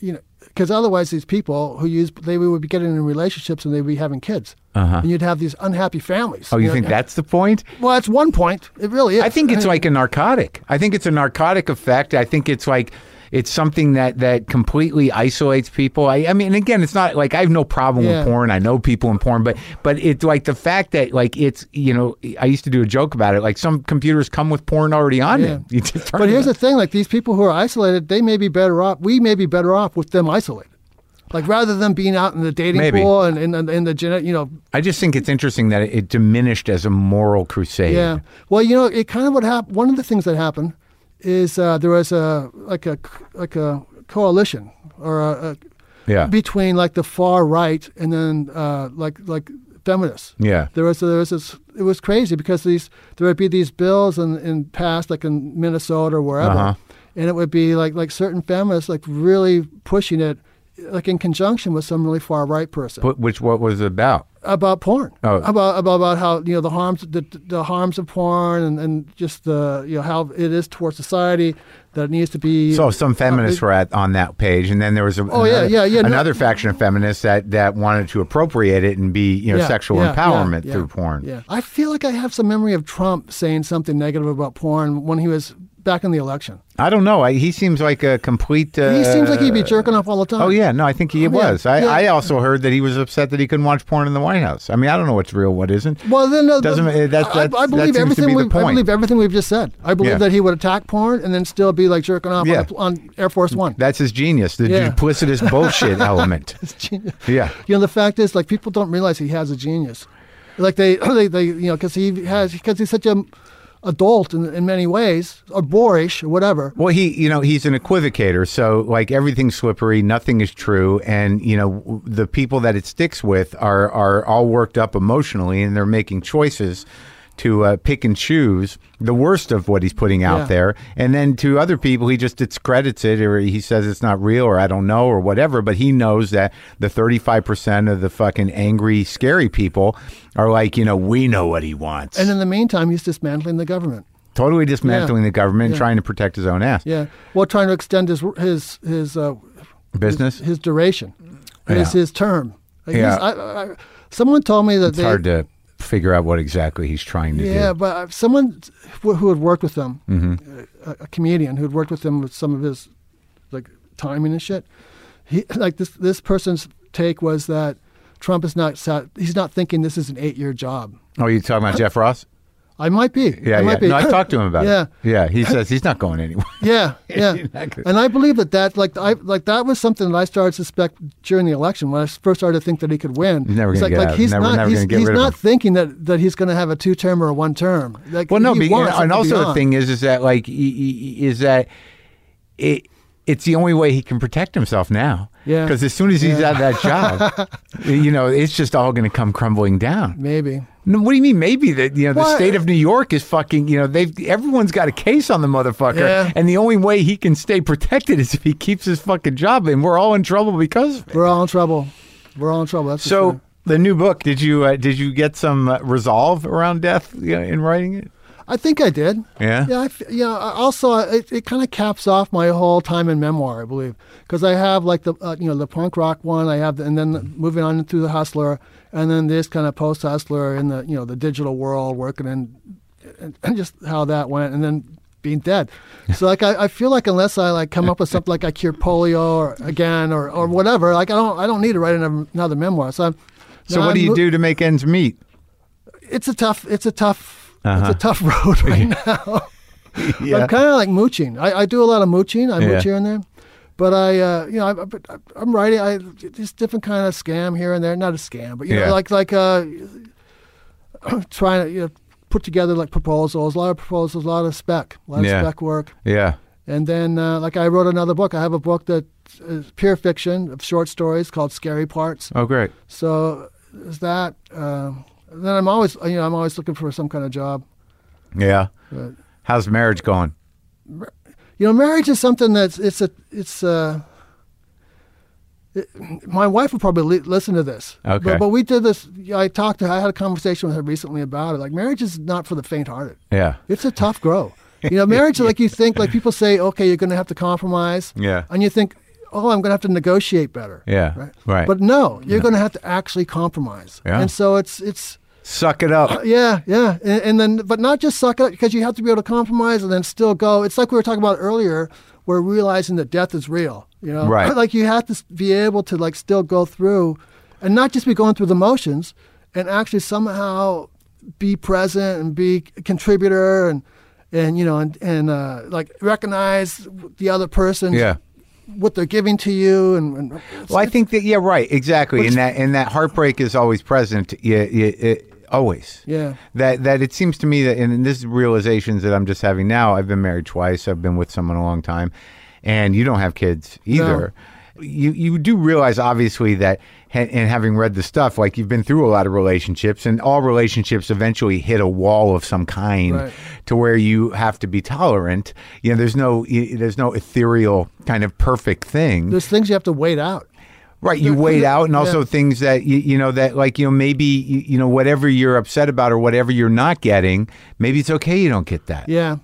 S3: you know because otherwise these people who use they would be getting in relationships and they'd be having kids, uh-huh. and you'd have these unhappy families.
S1: Oh, you
S3: know?
S1: think that's the point?
S3: Well, that's one point. It really is.
S1: I think it's like a narcotic. I think it's a narcotic effect. I think it's like it's something that that completely isolates people. I, I mean, again, it's not like I have no problem
S3: Yeah.
S1: with porn. I know people in porn, but but it's like the fact that like it's you know I used to do a joke about it. Like some computers come with porn already on
S3: Yeah.
S1: them. You just turn
S3: But
S1: it
S3: here's
S1: on.
S3: the thing: like these people who are isolated, they may be better off. We may be better off with them isolated, like rather than being out in the dating
S1: Maybe.
S3: pool and in the in the genet- you know,
S1: I just think it's interesting that it, it diminished as a moral crusade.
S3: yeah. Well, you know, it kind of what happened. One of the things that happened is uh, there was a like a like a coalition or a, a
S1: Yeah.
S3: between like the far right and then uh, like like feminists.
S1: Yeah.
S3: There was there was this it was crazy because these there would be these bills in in past like in Minnesota or wherever,
S1: Uh-huh.
S3: and it would be like like certain feminists like really pushing it, like in conjunction with some really far right person
S1: But which what was it about?
S3: about porn,
S1: Oh.
S3: about, about about how you know the harms the, the harms of porn and, and just the you know how it is towards society that it needs to be
S1: So some feminists
S3: Uh,
S1: were at, on that page, and then there was a,
S3: Oh, yeah,
S1: another,
S3: yeah, yeah, no-
S1: another faction of feminists that, that wanted to appropriate it and be you know
S3: Yeah,
S1: sexual
S3: yeah,
S1: empowerment
S3: yeah,
S1: through
S3: yeah,
S1: porn.
S3: Yeah, I feel like I have some memory of Trump saying something negative about porn when he was back in the election.
S1: I don't know. I, he seems like a complete. Uh,
S3: he seems like he'd be jerking off all the time.
S1: Oh yeah, no, I think he
S3: Yeah,
S1: was. I,
S3: yeah.
S1: I also heard that he was upset that he couldn't watch porn in the White House. I mean, I don't know what's real, what isn't.
S3: Well, then uh,
S1: Doesn't- uh, that-
S3: I-
S1: that-
S3: I, I
S1: that seems
S3: believe
S1: to
S3: everything.
S1: be the
S3: we, I
S1: point.
S3: believe everything we've just said. I believe
S1: Yeah.
S3: that he would attack porn and then still be like jerking off
S1: Yeah.
S3: on, on Air Force One.
S1: That's his genius, the
S3: Yeah.
S1: duplicitous bullshit element.
S3: Genius.
S1: Yeah.
S3: You know, the fact is, like, people don't realize he has a genius. Like they, they, they you know, because he has, because he's such a, adult in, in many ways, or boorish, or whatever.
S1: Well, he, you know, he's an equivocator. So, like, everything's slippery, nothing is true, and you know, w- the people that it sticks with are are all worked up emotionally, and they're making choices to uh, pick and choose the worst of what he's putting out
S3: Yeah.
S1: there, and then to other people, he just discredits it, or he says it's not real, or I don't know, or whatever. But he knows that the thirty five percent of the fucking angry, scary people are like, you know, we know what he wants,
S3: And in the meantime, he's dismantling the government.
S1: totally dismantling the government, and
S3: Yeah.
S1: trying to protect his own ass.
S3: Yeah, while trying to extend his his his uh,
S1: Business.
S3: his duration, his
S1: Yeah.
S3: his term. Like,
S1: Yeah.
S3: he's- I, I, someone told me that
S1: It's
S3: they.
S1: hard to figure out what exactly he's trying to
S3: yeah,
S1: do. Mm-hmm.
S3: but uh, someone who who had worked with him, a, a comedian who had worked with him with some of his like timing and shit. He like this this person's take was that Trump is not sat, he's not thinking this is an eight year job.
S1: Oh, you talking about Jeff Ross?
S3: I might be.
S1: Yeah, yeah.
S3: I might be.
S1: No, I talked to him about
S3: Yeah.
S1: it. Yeah, he says he's not going anywhere.
S3: Yeah, yeah.
S1: Exactly.
S3: And I believe that that like I like that was something that I started to suspect during the election when I first started to think that he could win.
S1: He's never
S3: It's
S1: gonna get
S3: like, like
S1: out.
S3: he's
S1: Never-
S3: not
S1: never
S3: he's,
S1: gonna get
S3: he's
S1: rid of
S3: not
S1: him.
S3: thinking that that he's going to have a two term or a one term. Like,
S1: well, no,
S3: he
S1: be,
S3: wants it
S1: and
S3: to
S1: also
S3: be
S1: the
S3: on.
S1: thing is, is that like, he- he- is that it? It's the only way he can protect himself now.
S3: Yeah.
S1: Because as soon as he's
S3: Yeah.
S1: out of that job, you know, it's just all going to come crumbling down.
S3: maybe.
S1: No, what do you mean? Maybe that you know the
S3: Well,
S1: state of New York is fucking. You know, they've everyone's got a case on the motherfucker,
S3: Yeah.
S1: and the only way he can stay protected is if he keeps his fucking job, and we're all in trouble because of it.
S3: We're all in trouble. We're all in trouble. That's for
S1: So
S3: sure.
S1: the new book, did you uh, did you get some uh, resolve around death you know, in writing it?
S3: I think I did.
S1: Yeah?
S3: Yeah. I f yeah. I also, uh, it, it kind of caps off my whole time in memoir, I believe, because I have like the uh, you know the punk rock one. I have, the, and then moving on through the hustler, and then this kind of post hustler in the you know the digital world, working in, and, and just how that went, and then being dead. So like I, I feel like unless I like come up with something like I cure polio or again or, or whatever, like I don't I don't need to write another, another memoir. So I'm,
S1: So
S3: now
S1: what do
S3: I'm
S1: you
S3: mo-
S1: do to make ends meet?
S3: It's a tough. It's a tough.
S1: Uh-huh.
S3: It's a tough road right now. I'm kind of like mooching. I, I do a lot of mooching. I
S1: Yeah.
S3: mooch here and there, but I, uh, you know, I, I, but I- I'm writing. I just different kind of scam here and there. Not a scam, but you
S1: Yeah.
S3: know, like like uh, trying to you know, put together like proposals. A lot of proposals. A lot of spec. A lot of
S1: Yeah.
S3: spec work.
S1: yeah.
S3: And then uh, like I wrote another book. I have a book that is pure fiction of short stories called Scary Parts.
S1: Oh, great.
S3: So is that? um then I'm always you know I'm always looking for some kind of job.
S1: Yeah. How's marriage going?
S3: you know marriage is something that's it's a it's uh it, my wife would probably li- listen to this
S1: Okay.
S3: but, but we did this i talked to her i had a conversation with her recently about it like marriage is not for the faint-hearted
S1: Yeah.
S3: it's a tough grow you know marriage like you think like people say okay you're gonna have to compromise
S1: Yeah.
S3: and you think oh i'm gonna have to negotiate better
S1: Yeah, right.
S3: but no you're gonna have to actually compromise
S1: Yeah.
S3: and so it's it's
S1: Suck it up.
S3: yeah, yeah, and, and then but not just suck it up because you have to be able to compromise and then still go. It's like we were talking about earlier, where realizing that death is real. You know,
S1: Right.
S3: Like you have to s- be able to like still go through, and not just be going through the motions, and actually somehow be present and be a contributor and and you know and and uh, like recognize the other person.
S1: Yeah.
S3: What they're giving to you, and, and
S1: Well, I think that yeah, right, exactly, and that and that heartbreak is always present. Yeah, yeah, it, always.
S3: Yeah.
S1: That that it seems to me that, and this is realizations that I'm just having now. I've been married twice. I've been with someone a long time, and you don't have kids either. You you do realize obviously that, ha- and having read the stuff, like you've been through a lot of relationships, and all relationships eventually hit a wall of some kind
S3: Right.
S1: to where you have to be tolerant. You know, there's no y- there's no ethereal kind of perfect thing.
S3: there's things you have to wait out.
S1: Right, you
S3: There-
S1: wait
S3: there-
S1: out, and also
S3: yeah.
S1: things that you, you know that like you know maybe you, you know whatever you're upset about or whatever you're not getting, maybe it's okay you don't get that.
S3: Yeah,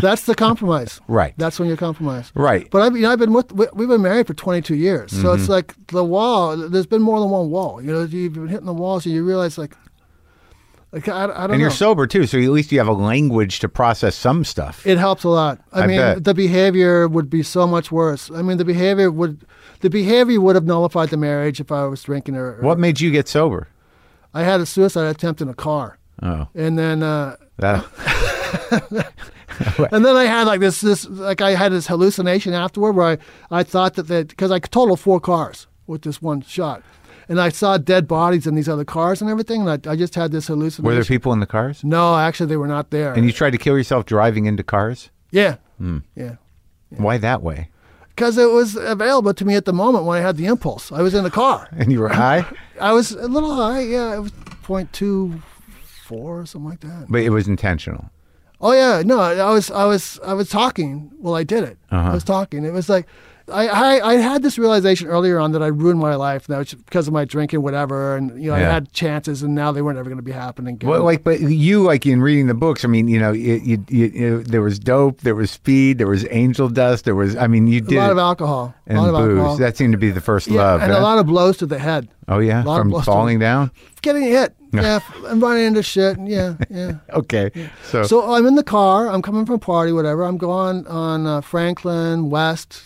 S3: that's the compromise.
S1: Right.
S3: That's when you compromise.
S1: Right. Mm-hmm.
S3: But I mean, I've been with we- we've been married for 22 years, so it's like the wall. There's been more than one wall. You know, you've been hitting the wall, so you realize like, like I, I don't
S1: and
S3: know.
S1: you're sober too, so at least you have a language to process some stuff.
S3: It helps a lot. I,
S1: I
S3: mean,
S1: bet.
S3: the behavior would be so much worse. I mean, the behavior would, the behavior would have nullified the marriage if I was drinking or, or-
S1: what made you get sober?
S3: I had a suicide attempt in a car,
S1: Oh,
S3: and then. uh
S1: that,
S3: And then I had like this, this like I had this hallucination afterward where I, I thought that that because I totaled four cars with this one shot, and I saw dead bodies in these other cars and everything, and I, I just had this hallucination.
S1: Were there people in the cars?
S3: no, actually, they were not there.
S1: And you Hmm. tried to kill yourself driving into cars?
S3: yeah, yeah.
S1: Why that way?
S3: Because it was available to me at the moment when I had the impulse. I was in the car.
S1: And you were high,
S3: I was a little high. Yeah, it was 0.24 or something like that.
S1: but it was intentional.
S3: Oh yeah, no, I I was I was I was talking. Well, I did it.
S1: Uh-huh.
S3: I was talking. It was like I, I I had this realization earlier on that I ruined my life now because of my drinking, whatever, and you know
S1: Yeah.
S3: I had chances, and now they weren't ever going to be happening. Again.
S1: Well, like, but you, like, in reading the books, I mean, you know, you, you, you, you- there was dope, there was speed, there was angel dust, there was, I mean, you
S3: a
S1: did
S3: lot of
S1: it.
S3: alcohol,
S1: and
S3: a lot of
S1: booze.
S3: alcohol,
S1: That seemed to be the first
S3: yeah,
S1: love.
S3: and
S1: huh?
S3: a lot of blows to the head,
S1: oh yeah,
S3: lot of
S1: from
S3: blows to-
S1: falling down.
S3: getting hit, yeah, f- and running into shit, and yeah, yeah.
S1: Okay, so,
S3: So I'm in the car. I'm coming from a party, whatever. I'm going on uh, Franklin West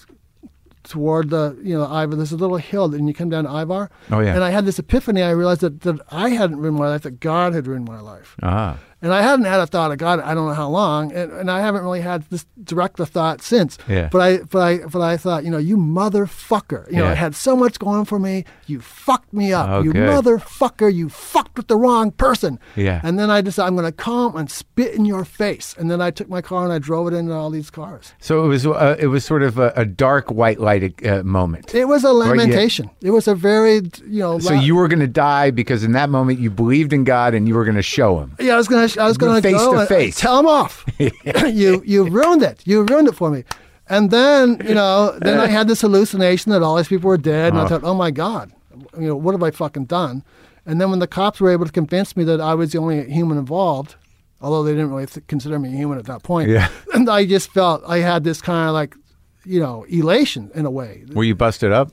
S3: toward the you know Ivar. There's a little hill, and you come down to Ivar.
S1: Oh, yeah.
S3: And I had this epiphany. I realized that, that I hadn't ruined my life. That God had ruined my life.
S1: ah,
S3: And I hadn't had a thought of God. I don't know how long, and, and I haven't really had this direct the thought since.
S1: Yeah.
S3: But I, but I, but I thought, you know, you motherfucker. You know,
S1: Yeah.
S3: I had so much going for me. You fucked me up.
S1: Oh,
S3: you
S1: good.
S3: motherfucker. You fucked with the wrong person.
S1: Yeah.
S3: And then I decided I'm going to come and spit in your face. And then I took my car and I drove it into all these cars.
S1: so it was, uh, it was sort of a, a dark white light uh, moment.
S3: It was a
S1: yeah.
S3: lamentation. It was a very, you know.
S1: so
S3: la-
S1: you were going to die because in that moment you believed in God and you were going to show Him.
S3: Yeah, I was gonna. I was gonna
S1: Face
S3: go
S1: to
S3: and
S1: face.
S3: Tell him off. you you ruined it. You ruined it for me. And then you know, then I had this hallucination that all these people were dead, and I thought, oh my god, you know, what have I fucking done? And then when the cops were able to convince me that I was the only human involved, although they didn't really th- consider me human at that point,
S1: Yeah.
S3: and I just felt I had this kind of like, you know, elation in a way.
S1: Were you busted up?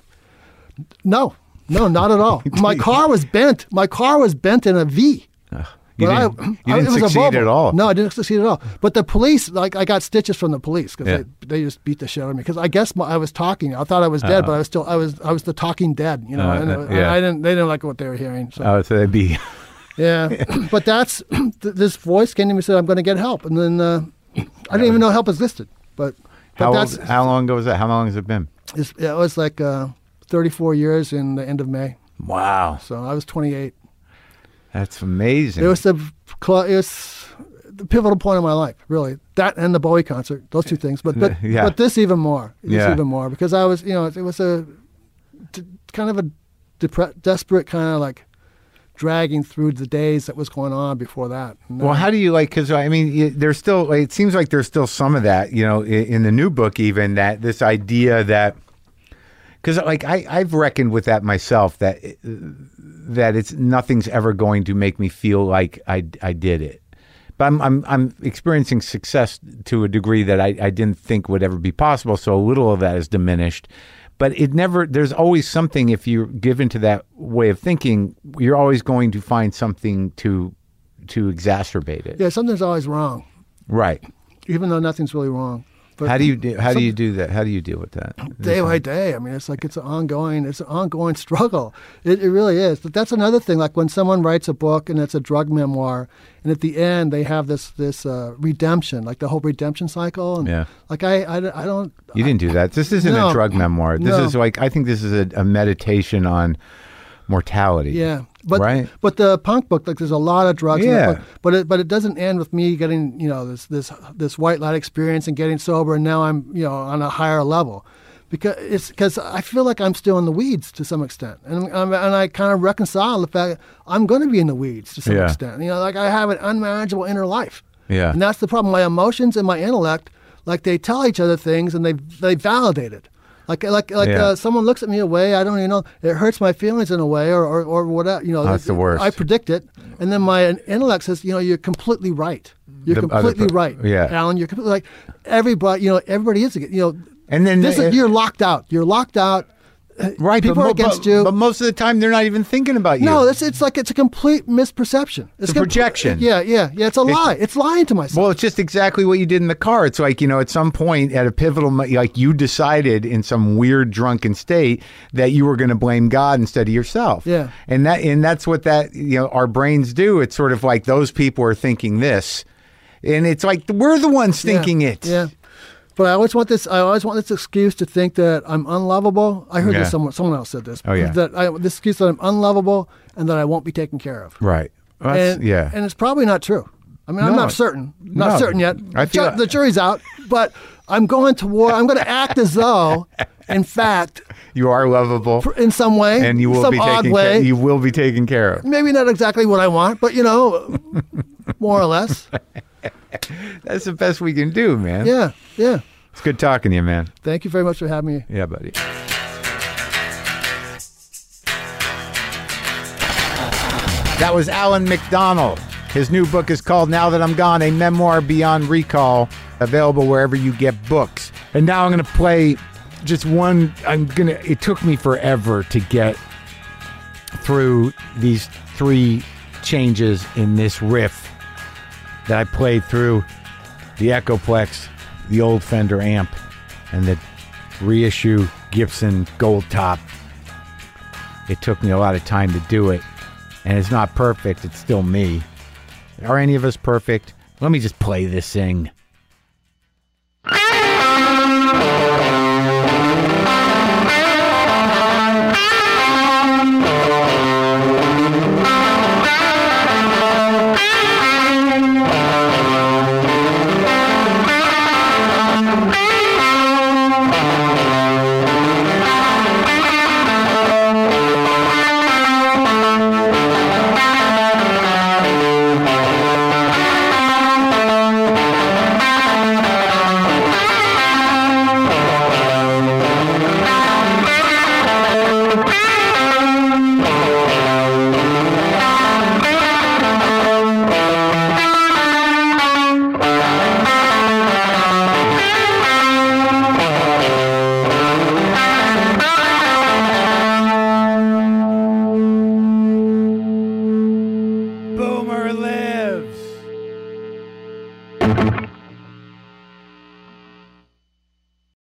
S3: No, no, not at all. my car was bent. My car was bent in a V.
S1: You
S3: But
S1: didn't,
S3: I-
S1: you
S3: I-
S1: didn't
S3: it was a
S1: succeed
S3: bubble.
S1: at all.
S3: No, I didn't succeed at all. But the police, like, I got stitches from the police because
S1: Yeah.
S3: they, they just beat the shit out of me. Because I guess my, I was talking. I thought I was dead, but I was still I was I was the talking dead. You know,
S1: Uh-huh. Uh,
S3: and
S1: uh,
S3: it-
S1: yeah.
S3: I, didn't. They didn't like what they were hearing. So
S1: Oh, so that'd be.
S3: yeah, but that's th- this voice came to me and said, "I'm going to get help," and then uh, I didn't even know help existed. But, but
S1: How,
S3: that's
S1: old, how long ago was that? How long has it been?
S3: it's, yeah, it was like uh, 34 years in the end of May.
S1: Wow,
S3: So I was 28.
S1: that's amazing.
S3: It was the cl- it was the pivotal point of my life, really. That and the Bowie concert, those two things. But but,
S1: Yeah.
S3: but this even more, this
S1: Yeah.
S3: even more, because I was you know it, was a d- kind of a depre- desperate kind of like dragging through the days that was going on before that. And
S1: Well,
S3: then-
S1: how do you like? Because I mean, you- there's still. like, It seems like there's still some of that, you know, i- in, in the new book. Even that this idea that, because like I, I've reckoned with that myself. That uh, that it's nothing's ever going to make me feel like I, I did it. But I'm, I'm I'm experiencing success to a degree that I, I didn't think would ever be possible. So a little of that is diminished. But it never. There's always something. If you're given to that way of thinking, you're always going to find something to to exacerbate it.
S3: yeah, something's always wrong,
S1: Right.
S3: even though nothing's really wrong. But
S1: How do you do, how do you do that? How do you deal with that?
S3: day by day. I mean, it's like it's an ongoing, it's an ongoing struggle. It, it really is. But that's another thing. Like when someone writes a book and it's a drug memoir, and at the end they have this this uh, redemption, like the whole redemption cycle. And
S1: Yeah.
S3: Like I, I, I don't.
S1: You didn't do that. This isn't a
S3: No.
S1: drug memoir. This
S3: No.
S1: is like I think this is a, a meditation on mortality.
S3: Yeah. But
S1: Right.
S3: but the punk book, like there's a lot of drugs. in that
S1: Yeah.
S3: book. but it but it doesn't end with me getting you know this this this white light experience and getting sober, and now I'm you know on a higher level. Because it's because I feel like I'm still in the weeds to some extent, and I'm, and I kind of reconcile the fact I'm going to be in the weeds to some
S1: Yeah.
S3: extent. You know, like I have an unmanageable inner life.
S1: Yeah.
S3: and that's the problem. My emotions and my intellect, like they tell each other things, and they they validate it. Like like like
S1: Yeah.
S3: uh, someone looks at me a way I don't even know. It hurts my feelings in a way, or or, or whatever. You know,
S1: That's the worst.
S3: I predict it, and then my intellect says, you know, you're completely right. You're
S1: The other
S3: completely
S1: per-
S3: right,
S1: yeah.
S3: Alan. You're completely like everybody. You know, everybody is. You know,
S1: And then
S3: this
S1: the-
S3: is you're locked out. You're locked out.
S1: Right.
S3: People
S1: but,
S3: are
S1: mo-
S3: against
S1: but-
S3: you.
S1: But most of the time they're not even thinking about you.
S3: No, it's it's like it's a complete misperception. It's
S1: a
S3: com-
S1: projection.
S3: Yeah, yeah, yeah. It's a lie. It's lying to myself.
S1: well, it's just exactly what you did in the car. It's like, you know, at some point at a pivotal, mo- like you decided in some weird drunken state that you were going to blame God instead of yourself.
S3: Yeah.
S1: And that, and that's what that, you know, our brains do. It's sort of like those people are thinking this. And it's like, we're the ones
S3: Yeah,
S1: thinking it.
S3: Yeah. But I always want this. I always want this excuse to think that I'm unlovable. I heard
S1: Yeah.
S3: this someone. Someone else said this.
S1: Oh, yeah.
S3: That I, this excuse that I'm unlovable and that I won't be taken care of.
S1: Right. Well, that's-
S3: and,
S1: yeah.
S3: And it's probably not true. I mean, I'm
S1: No.
S3: not certain. Not
S1: No.
S3: certain yet.
S1: I feel-
S3: Ju- the jury's out. But I'm going toward. I'm going to act as though, in fact,
S1: you are lovable,
S3: in some way,
S1: and you will
S3: some
S1: be
S3: odd
S1: taken.
S3: way,
S1: Care, you will be taken care of.
S3: maybe not exactly what I want, but you know, more or less.
S1: That's the best we can do, man.
S3: Yeah, yeah.
S1: It's good talking to you, man.
S3: Thank you very much for having me.
S1: Yeah, buddy. That was Alan McDonald. His new book is called Now That I'm Gone, A Memoir Beyond Recall, available wherever you get books. And now I'm going to play just one. I'm going to, it took me forever to get through these three changes in this riff that I played through the Echoplex, the old Fender amp, and the reissue Gibson Gold Top. It took me a lot of time to do it, and it's not perfect. It's still me. Are any of us perfect? Let me just play this thing.